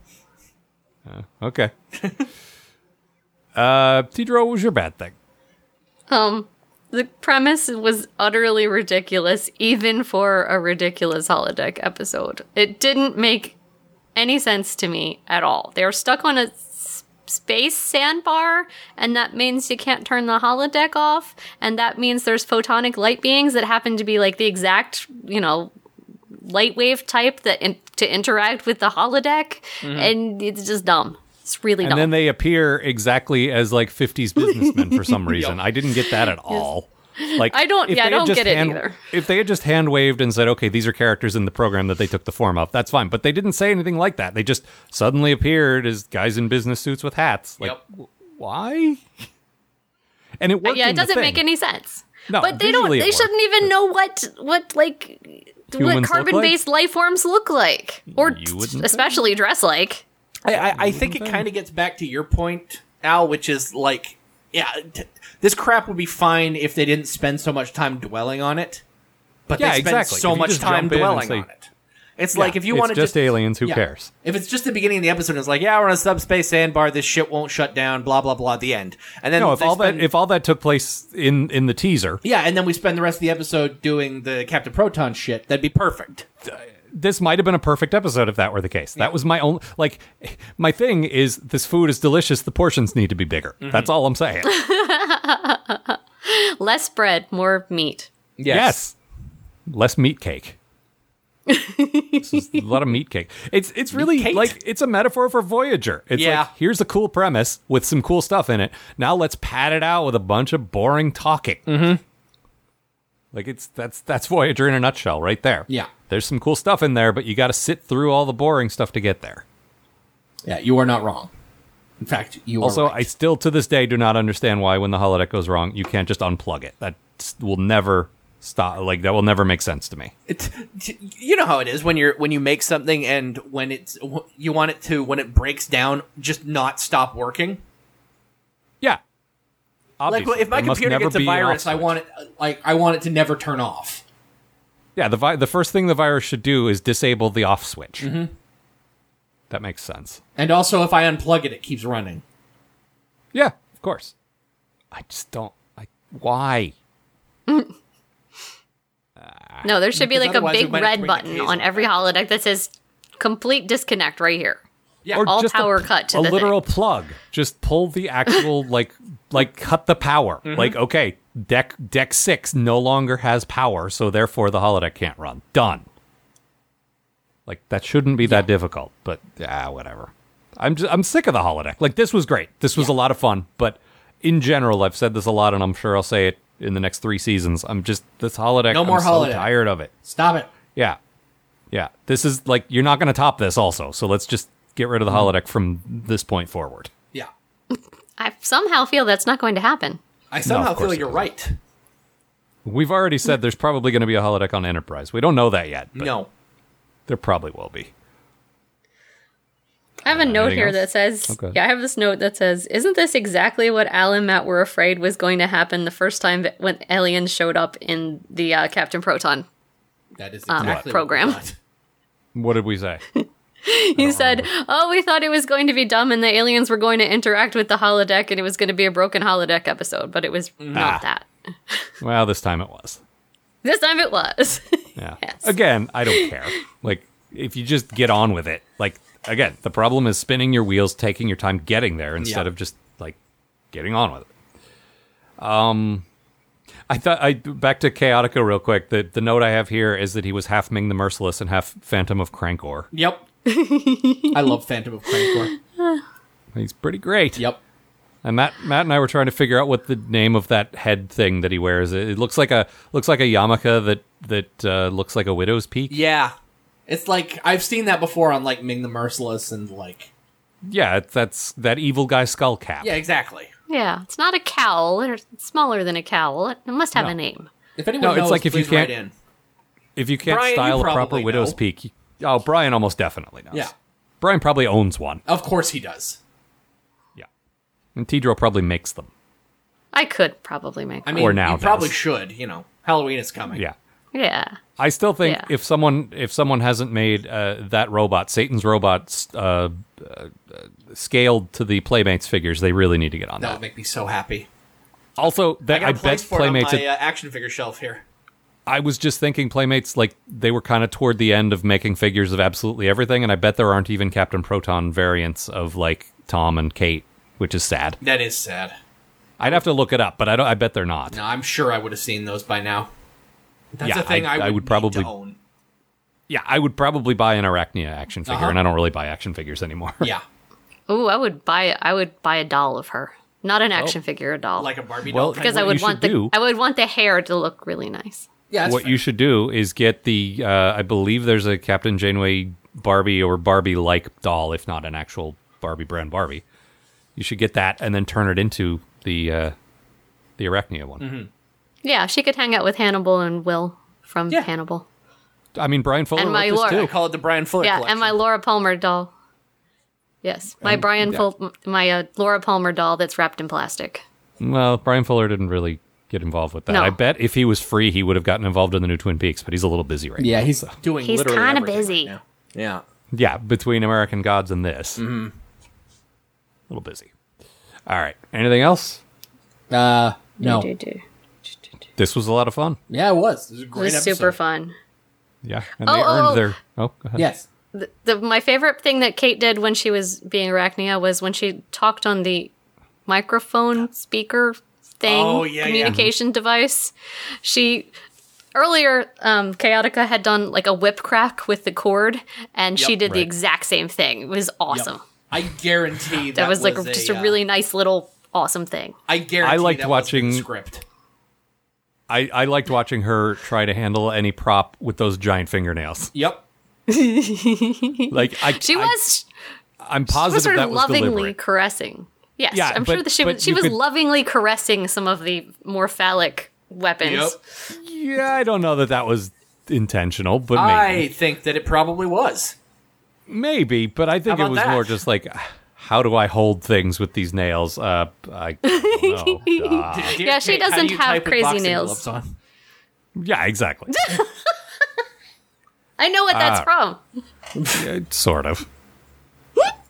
[SPEAKER 5] Okay. uh, Tidro, what was your bad thing?
[SPEAKER 6] Um, the premise was utterly ridiculous, even for a ridiculous holodeck episode. It didn't make any sense to me at all. They were stuck on a space sandbar, and that means you can't turn the holodeck off, and that means there's photonic light beings that happen to be like the exact, you know, light wave type that in- to interact with the holodeck, and it's just dumb. It's really
[SPEAKER 5] Mm-hmm. And
[SPEAKER 6] dumb.
[SPEAKER 5] then they appear exactly as like 50s businessmen for some reason. I didn't get that at all. Like
[SPEAKER 6] I don't-
[SPEAKER 5] if
[SPEAKER 6] yeah, I
[SPEAKER 5] they had
[SPEAKER 6] don't
[SPEAKER 5] just
[SPEAKER 6] get it
[SPEAKER 5] hand-
[SPEAKER 6] either.
[SPEAKER 5] If they had just hand waved and said, "Okay, these are characters in the program that they took the form of," that's fine. But they didn't say anything like that. They just suddenly appeared as guys in business suits with hats. Like,
[SPEAKER 7] Yep.
[SPEAKER 5] why? And it worked.
[SPEAKER 6] Uh, yeah,
[SPEAKER 5] in
[SPEAKER 6] it
[SPEAKER 5] the
[SPEAKER 6] doesn't make
[SPEAKER 5] thing.
[SPEAKER 6] any sense.
[SPEAKER 5] No,
[SPEAKER 6] but they don't.
[SPEAKER 5] visually it
[SPEAKER 6] They shouldn't even know what what like
[SPEAKER 5] Humans
[SPEAKER 6] what
[SPEAKER 5] look like?
[SPEAKER 6] carbon-based life forms look like, or
[SPEAKER 5] You wouldn't think.
[SPEAKER 6] especially dress like.
[SPEAKER 7] I, I, I think it kind of gets back to your point, Al, which is like, yeah, t- this crap would be fine if they didn't spend so much time dwelling on it, but
[SPEAKER 5] Yeah,
[SPEAKER 7] they spend
[SPEAKER 5] exactly.
[SPEAKER 7] so
[SPEAKER 5] If you
[SPEAKER 7] much
[SPEAKER 5] just jump
[SPEAKER 7] time
[SPEAKER 5] in and
[SPEAKER 7] dwelling
[SPEAKER 5] say-
[SPEAKER 7] on it. It's like if you
[SPEAKER 5] it's
[SPEAKER 7] want to
[SPEAKER 5] just aliens, who cares?
[SPEAKER 7] If it's just the beginning of the episode, it's like, yeah, we're on a subspace sandbar. This shit won't shut down. Blah blah blah. The end. And then
[SPEAKER 5] No, if
[SPEAKER 7] they
[SPEAKER 5] all
[SPEAKER 7] spend-
[SPEAKER 5] that if all that took place in in the teaser,
[SPEAKER 7] yeah, and then we spend the rest of the episode doing the Captain Proton shit. That'd be perfect.
[SPEAKER 5] this might have been a perfect episode if that were the case. That was my only like my thing is this food is delicious, the portions need to be bigger.
[SPEAKER 7] Mm-hmm.
[SPEAKER 5] That's all I'm saying.
[SPEAKER 6] Less bread, more meat.
[SPEAKER 5] yes. Less meat cake. this is a lot of meat cake. It's it's really
[SPEAKER 7] cake?
[SPEAKER 5] like it's a metaphor for Voyager. It's
[SPEAKER 7] Yeah.
[SPEAKER 5] like here's a cool premise with some cool stuff in it. Now let's pad it out with a bunch of boring talking.
[SPEAKER 7] Mm-hmm.
[SPEAKER 5] Like it's that's that's Voyager in a nutshell right there.
[SPEAKER 7] Yeah.
[SPEAKER 5] There's some cool stuff in there, but you gotta sit through all the boring stuff to get there.
[SPEAKER 7] Yeah, you are not wrong. In fact, you
[SPEAKER 5] Also,
[SPEAKER 7] are right.
[SPEAKER 5] I still to this day do not understand why when the holodeck goes wrong, you can't just unplug it. That s- will never stop. Like that will never make sense to me.
[SPEAKER 7] It's- t- you know how it is when you're when you make something and when it's wh- you want it to when it breaks down just not stop working.
[SPEAKER 5] Yeah.
[SPEAKER 7] Like
[SPEAKER 5] Obviously,
[SPEAKER 7] if my
[SPEAKER 5] there must
[SPEAKER 7] computer
[SPEAKER 5] never
[SPEAKER 7] gets a
[SPEAKER 5] be an off
[SPEAKER 7] virus, I
[SPEAKER 5] switch.
[SPEAKER 7] want it like I want it to never turn off.
[SPEAKER 5] Yeah, the vi- the first thing the virus should do is disable the off switch.
[SPEAKER 7] Mm-hmm.
[SPEAKER 5] That makes sense.
[SPEAKER 7] And also, if I unplug it, it keeps running.
[SPEAKER 5] Yeah, of course. I just don't. I why? Ah.
[SPEAKER 6] No, there should be
[SPEAKER 7] Because
[SPEAKER 6] like a
[SPEAKER 7] otherwise
[SPEAKER 6] big
[SPEAKER 7] we might have
[SPEAKER 6] red
[SPEAKER 7] to bring
[SPEAKER 6] button
[SPEAKER 7] the
[SPEAKER 6] on
[SPEAKER 7] taser
[SPEAKER 6] every
[SPEAKER 7] back.
[SPEAKER 6] holodeck that says "complete disconnect" right here.
[SPEAKER 7] Yeah,
[SPEAKER 5] Or
[SPEAKER 6] All
[SPEAKER 5] just
[SPEAKER 6] power
[SPEAKER 5] a,
[SPEAKER 6] cut to
[SPEAKER 5] a
[SPEAKER 6] the
[SPEAKER 5] literal plug. Just pull the actual like like cut the power.
[SPEAKER 6] Mm-hmm.
[SPEAKER 5] Like okay, deck deck six no longer has power, so therefore the holodeck can't run. Done. Like that shouldn't be that difficult, but ah, whatever. I'm just I'm sick of the holodeck. Like this was great. This was a lot of fun, but in general, I've said this a lot, and I'm sure I'll say it in the next three seasons. I'm just this holodeck.
[SPEAKER 7] No more
[SPEAKER 5] I'm
[SPEAKER 7] holodeck.
[SPEAKER 5] So tired of it.
[SPEAKER 7] stop it.
[SPEAKER 5] Yeah. Yeah. This is like you're not going to top this also. So let's just get rid of the holodeck from this point forward.
[SPEAKER 7] Yeah,
[SPEAKER 6] I somehow feel that's not going to happen.
[SPEAKER 7] I somehow
[SPEAKER 5] course
[SPEAKER 7] feel
[SPEAKER 5] it
[SPEAKER 7] you're
[SPEAKER 5] doesn't.
[SPEAKER 7] right.
[SPEAKER 5] We've already said there's probably going to be a holodeck on Enterprise. We don't know that yet, but
[SPEAKER 7] No,
[SPEAKER 5] there probably will be.
[SPEAKER 6] I have a note
[SPEAKER 5] Uh, anything
[SPEAKER 6] here
[SPEAKER 5] else?
[SPEAKER 6] that says,
[SPEAKER 5] Okay.
[SPEAKER 6] "Yeah, I have this note that says, isn't this exactly what Al and Matt were afraid was going to happen the first time that- when aliens showed up in the uh, Captain Proton
[SPEAKER 7] that is exactly what we
[SPEAKER 6] program.
[SPEAKER 7] thought.
[SPEAKER 5] What did we say?
[SPEAKER 6] He said, "Oh, we thought it was going to be dumb, and the aliens were going to interact with the holodeck, and it was going to be a broken holodeck episode, but it was not that.
[SPEAKER 5] well, this time it was.
[SPEAKER 6] This time it was.
[SPEAKER 5] Yeah.
[SPEAKER 6] Yes.
[SPEAKER 5] Again, I don't care. Like if you just get on with it. Like again, the problem is spinning your wheels, taking your time getting there instead
[SPEAKER 7] Yeah.
[SPEAKER 5] of just like getting on with it. Um I thought I back to Chaotica real quick. The the note I have here is that he was half Ming the Merciless and half Phantom of Crankor.
[SPEAKER 7] Yep, I love Phantom of Crankor.
[SPEAKER 5] He's pretty great.
[SPEAKER 7] Yep,
[SPEAKER 5] And Matt, Matt and I were trying to figure out what the name of that head thing that he wears. It, it looks like a looks like a yarmulke that that uh, looks like a widow's peak.
[SPEAKER 7] yeah. It's like I've seen that before on like Ming the Merciless and like
[SPEAKER 5] Yeah, it's, that's that evil guy skull cap.
[SPEAKER 7] yeah, exactly.
[SPEAKER 6] yeah, it's not a cowl. It's smaller than a cowl. It must have
[SPEAKER 5] No.
[SPEAKER 6] a name.
[SPEAKER 7] If anyone
[SPEAKER 5] No, it's
[SPEAKER 7] knows,
[SPEAKER 5] like if you
[SPEAKER 7] please write
[SPEAKER 5] can't-
[SPEAKER 7] in.
[SPEAKER 5] If you can't
[SPEAKER 7] Brian, you
[SPEAKER 5] style a proper
[SPEAKER 7] probably
[SPEAKER 5] widow's
[SPEAKER 7] know.
[SPEAKER 5] peak, you- oh, Brian almost definitely knows.
[SPEAKER 7] Yeah.
[SPEAKER 5] Brian probably owns one.
[SPEAKER 7] Of course he does.
[SPEAKER 5] Yeah. And Tidro probably makes them.
[SPEAKER 6] I could probably make.
[SPEAKER 7] I
[SPEAKER 6] one.
[SPEAKER 7] mean,
[SPEAKER 5] Or now
[SPEAKER 7] you probably
[SPEAKER 5] does.
[SPEAKER 7] should. You know, Halloween is coming.
[SPEAKER 5] Yeah.
[SPEAKER 6] yeah,
[SPEAKER 5] I still think
[SPEAKER 6] Yeah.
[SPEAKER 5] if someone if someone hasn't made uh, that robot, Satan's robot, uh, uh, scaled to the Playmates figures, they really need to get on
[SPEAKER 7] that
[SPEAKER 5] that.
[SPEAKER 7] would make me so happy.
[SPEAKER 5] Also, that
[SPEAKER 7] got
[SPEAKER 5] I,
[SPEAKER 7] a place
[SPEAKER 5] bet
[SPEAKER 7] for it on
[SPEAKER 5] Playmates.
[SPEAKER 7] my uh, action figure shelf here.
[SPEAKER 5] I was just thinking Playmates, like they were kind of toward the end of making figures of absolutely everything, and I bet there aren't even Captain Proton variants of like Tom and Kate which is sad.
[SPEAKER 7] That is sad.
[SPEAKER 5] I'd have to look it up, but I don't. I bet they're not.
[SPEAKER 7] No, I'm sure I would have seen those by now. That's
[SPEAKER 5] Yeah,
[SPEAKER 7] a thing
[SPEAKER 5] I-
[SPEAKER 7] I, would,
[SPEAKER 5] I would
[SPEAKER 7] need
[SPEAKER 5] probably-
[SPEAKER 7] to own.
[SPEAKER 5] Yeah, I would probably buy an Arachnia action figure,
[SPEAKER 7] Uh-huh.
[SPEAKER 5] and I don't really buy action figures anymore.
[SPEAKER 7] Yeah,
[SPEAKER 6] Ooh, I would buy I would buy a doll of her. Not an action figure, a doll.
[SPEAKER 7] like a Barbie doll.
[SPEAKER 5] Well,
[SPEAKER 7] kind
[SPEAKER 6] because
[SPEAKER 5] Oh. what
[SPEAKER 6] I
[SPEAKER 5] you
[SPEAKER 6] would
[SPEAKER 5] should
[SPEAKER 6] want the
[SPEAKER 5] do-
[SPEAKER 6] I would want the hair to look really nice.
[SPEAKER 7] of- yeah, that's
[SPEAKER 5] what
[SPEAKER 7] fair.
[SPEAKER 5] you should do is get the. Uh, I believe there's a Captain Janeway Barbie or Barbie like doll, if not an actual Barbie brand Barbie. You should get that and then turn it into the uh, the Arachnia one.
[SPEAKER 7] Mm-hmm.
[SPEAKER 6] Yeah, she could hang out with Hannibal and Will from
[SPEAKER 7] Yeah.
[SPEAKER 6] Hannibal.
[SPEAKER 5] I mean, Brian Fuller
[SPEAKER 6] And
[SPEAKER 5] wrote
[SPEAKER 6] my
[SPEAKER 5] this
[SPEAKER 6] lore.
[SPEAKER 5] too.
[SPEAKER 7] I call it the Brian Fuller
[SPEAKER 6] yeah,
[SPEAKER 7] collection.
[SPEAKER 6] and my Laura Palmer doll. Yes, my Brian Ful- my uh, Laura Palmer doll that's wrapped in plastic.
[SPEAKER 5] Well, Brian Fuller didn't really get involved with that.
[SPEAKER 6] No.
[SPEAKER 5] I bet if he was free, he would have gotten involved in the new Twin Peaks, but he's a little busy right
[SPEAKER 7] yeah, he's doing.
[SPEAKER 6] He's
[SPEAKER 7] literally
[SPEAKER 6] kinda
[SPEAKER 7] everything
[SPEAKER 6] busy.
[SPEAKER 7] right now. yeah,
[SPEAKER 5] now. Yeah, between American Gods and this. A
[SPEAKER 7] Mm-hmm.
[SPEAKER 5] little busy. All right. Anything else?
[SPEAKER 10] Uh,
[SPEAKER 6] Do,
[SPEAKER 10] no.
[SPEAKER 6] do, do.
[SPEAKER 5] This was a lot of fun.
[SPEAKER 10] Yeah, it was. It was a
[SPEAKER 6] It
[SPEAKER 10] great
[SPEAKER 6] was
[SPEAKER 10] episode.
[SPEAKER 6] super fun.
[SPEAKER 5] Yeah. And
[SPEAKER 6] Oh,
[SPEAKER 5] they
[SPEAKER 6] oh,
[SPEAKER 5] earned
[SPEAKER 6] oh.
[SPEAKER 5] their. Oh, go ahead.
[SPEAKER 10] Yes.
[SPEAKER 6] The, the, my favorite thing that Kate did when she was being Arachnia was when she talked on the microphone speaker thing,
[SPEAKER 7] Oh, yeah, yeah.
[SPEAKER 6] communication device. She earlier um, Chaotica had done like a whip crack with the cord, and she did the exact same thing. It was awesome.
[SPEAKER 7] I guarantee that,
[SPEAKER 6] That, was like just a
[SPEAKER 7] uh,
[SPEAKER 6] really nice little awesome thing.
[SPEAKER 7] I guarantee.
[SPEAKER 5] I liked
[SPEAKER 7] that wasn't in the
[SPEAKER 5] watching-
[SPEAKER 7] script.
[SPEAKER 5] I, I liked watching her try to handle any prop with those giant fingernails.
[SPEAKER 7] Yep.
[SPEAKER 5] Like I,
[SPEAKER 6] She
[SPEAKER 5] I,
[SPEAKER 6] was
[SPEAKER 5] I'm
[SPEAKER 6] she was
[SPEAKER 5] positive
[SPEAKER 6] sort
[SPEAKER 5] that
[SPEAKER 6] of
[SPEAKER 5] was
[SPEAKER 6] lovingly
[SPEAKER 5] deliberate.
[SPEAKER 6] caressing. Yes,
[SPEAKER 5] Yeah,
[SPEAKER 6] I'm sure
[SPEAKER 5] but-
[SPEAKER 6] that she
[SPEAKER 5] but
[SPEAKER 6] was she
[SPEAKER 5] you
[SPEAKER 6] was
[SPEAKER 5] could-
[SPEAKER 6] lovingly caressing some of the more phallic weapons.
[SPEAKER 7] Yep.
[SPEAKER 5] Yeah, I don't know that that was intentional, but maybe.
[SPEAKER 7] I think that it probably was.
[SPEAKER 5] Maybe, but I think
[SPEAKER 7] How
[SPEAKER 5] it
[SPEAKER 7] about
[SPEAKER 5] was
[SPEAKER 7] that?
[SPEAKER 5] more just like, how do I hold things with these nails? Uh, I don't know. Uh,
[SPEAKER 6] Yeah, she
[SPEAKER 7] Kate, how do
[SPEAKER 6] doesn't
[SPEAKER 7] you
[SPEAKER 6] have
[SPEAKER 7] type with
[SPEAKER 6] crazy
[SPEAKER 7] boxing
[SPEAKER 6] nails.
[SPEAKER 7] gloves on?
[SPEAKER 5] yeah, exactly.
[SPEAKER 6] I know what that's
[SPEAKER 5] Ah.
[SPEAKER 6] from.
[SPEAKER 5] Yeah, Uh, sort of.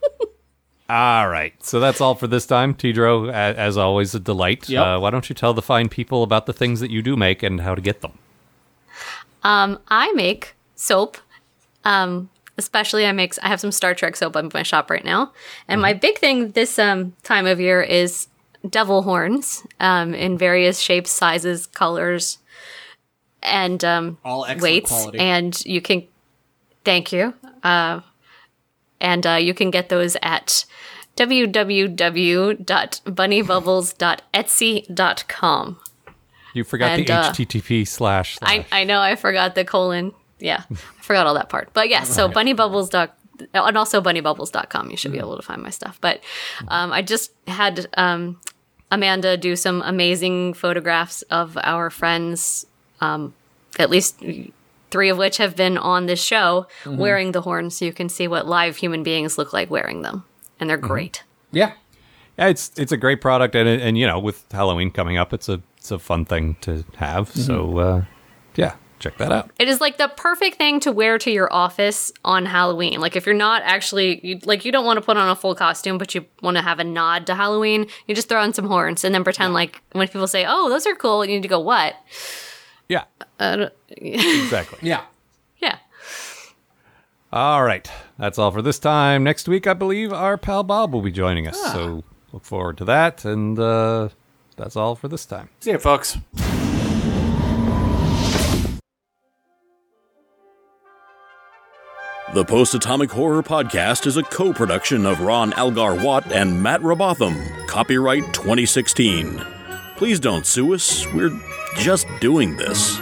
[SPEAKER 5] all right, so that's all for this time, Tidro. a- As always, a delight.
[SPEAKER 7] Yep.
[SPEAKER 5] Uh, why don't you tell the fine people about the things that you do make and how to get them?
[SPEAKER 6] Um, I make soap. Um, especially I make I have some Star Trek soap up in my shop right now, and
[SPEAKER 7] Mm-hmm.
[SPEAKER 6] my big thing this um time of year is devil horns um, in various shapes, sizes, colors, and um,
[SPEAKER 7] All excellent
[SPEAKER 6] weights.
[SPEAKER 7] quality.
[SPEAKER 6] And you can thank you. Uh, and uh, you can get those at www.bunnybubbles.etsy.com.
[SPEAKER 5] You forgot
[SPEAKER 6] And,
[SPEAKER 5] the
[SPEAKER 6] uh,
[SPEAKER 5] HTTP slash. slash.
[SPEAKER 6] I, I know I forgot the colon. Yeah, I forgot all that part. But yes, so bunnybubbles doc and also bunnybubbles.com. You should be able to find my stuff. But um, I just had um, Amanda do some amazing photographs of our friends, um, at least three of which have been on this show wearing the horns, so you can see what live human beings look like wearing them. And they're great.
[SPEAKER 10] Yeah.
[SPEAKER 5] Yeah, it's it's a great product, and and you know, with Halloween coming up, it's a it's a fun thing to have.
[SPEAKER 6] Mm-hmm.
[SPEAKER 5] So uh, yeah, check that out.
[SPEAKER 6] It is like the perfect thing to wear to your office on Halloween. Like if you're not actually you, like you don't want to put on a full costume, but you want to have a nod to Halloween, you just throw on some horns and then pretend like when people say, "Oh, those are cool," you need to go, "What?"
[SPEAKER 5] Yeah,
[SPEAKER 6] Uh,
[SPEAKER 5] exactly.
[SPEAKER 10] Yeah.
[SPEAKER 6] Yeah.
[SPEAKER 5] All right. That's all for this time. Next week, I believe our pal Bob will be joining us. So look forward to that. And uh, that's all for this time.
[SPEAKER 7] See you, folks.
[SPEAKER 4] The Post Atomic Horror Podcast is a co production of Ron Algar Watt and Matt Robotham. Copyright 2016. Please don't sue us, we're just doing this.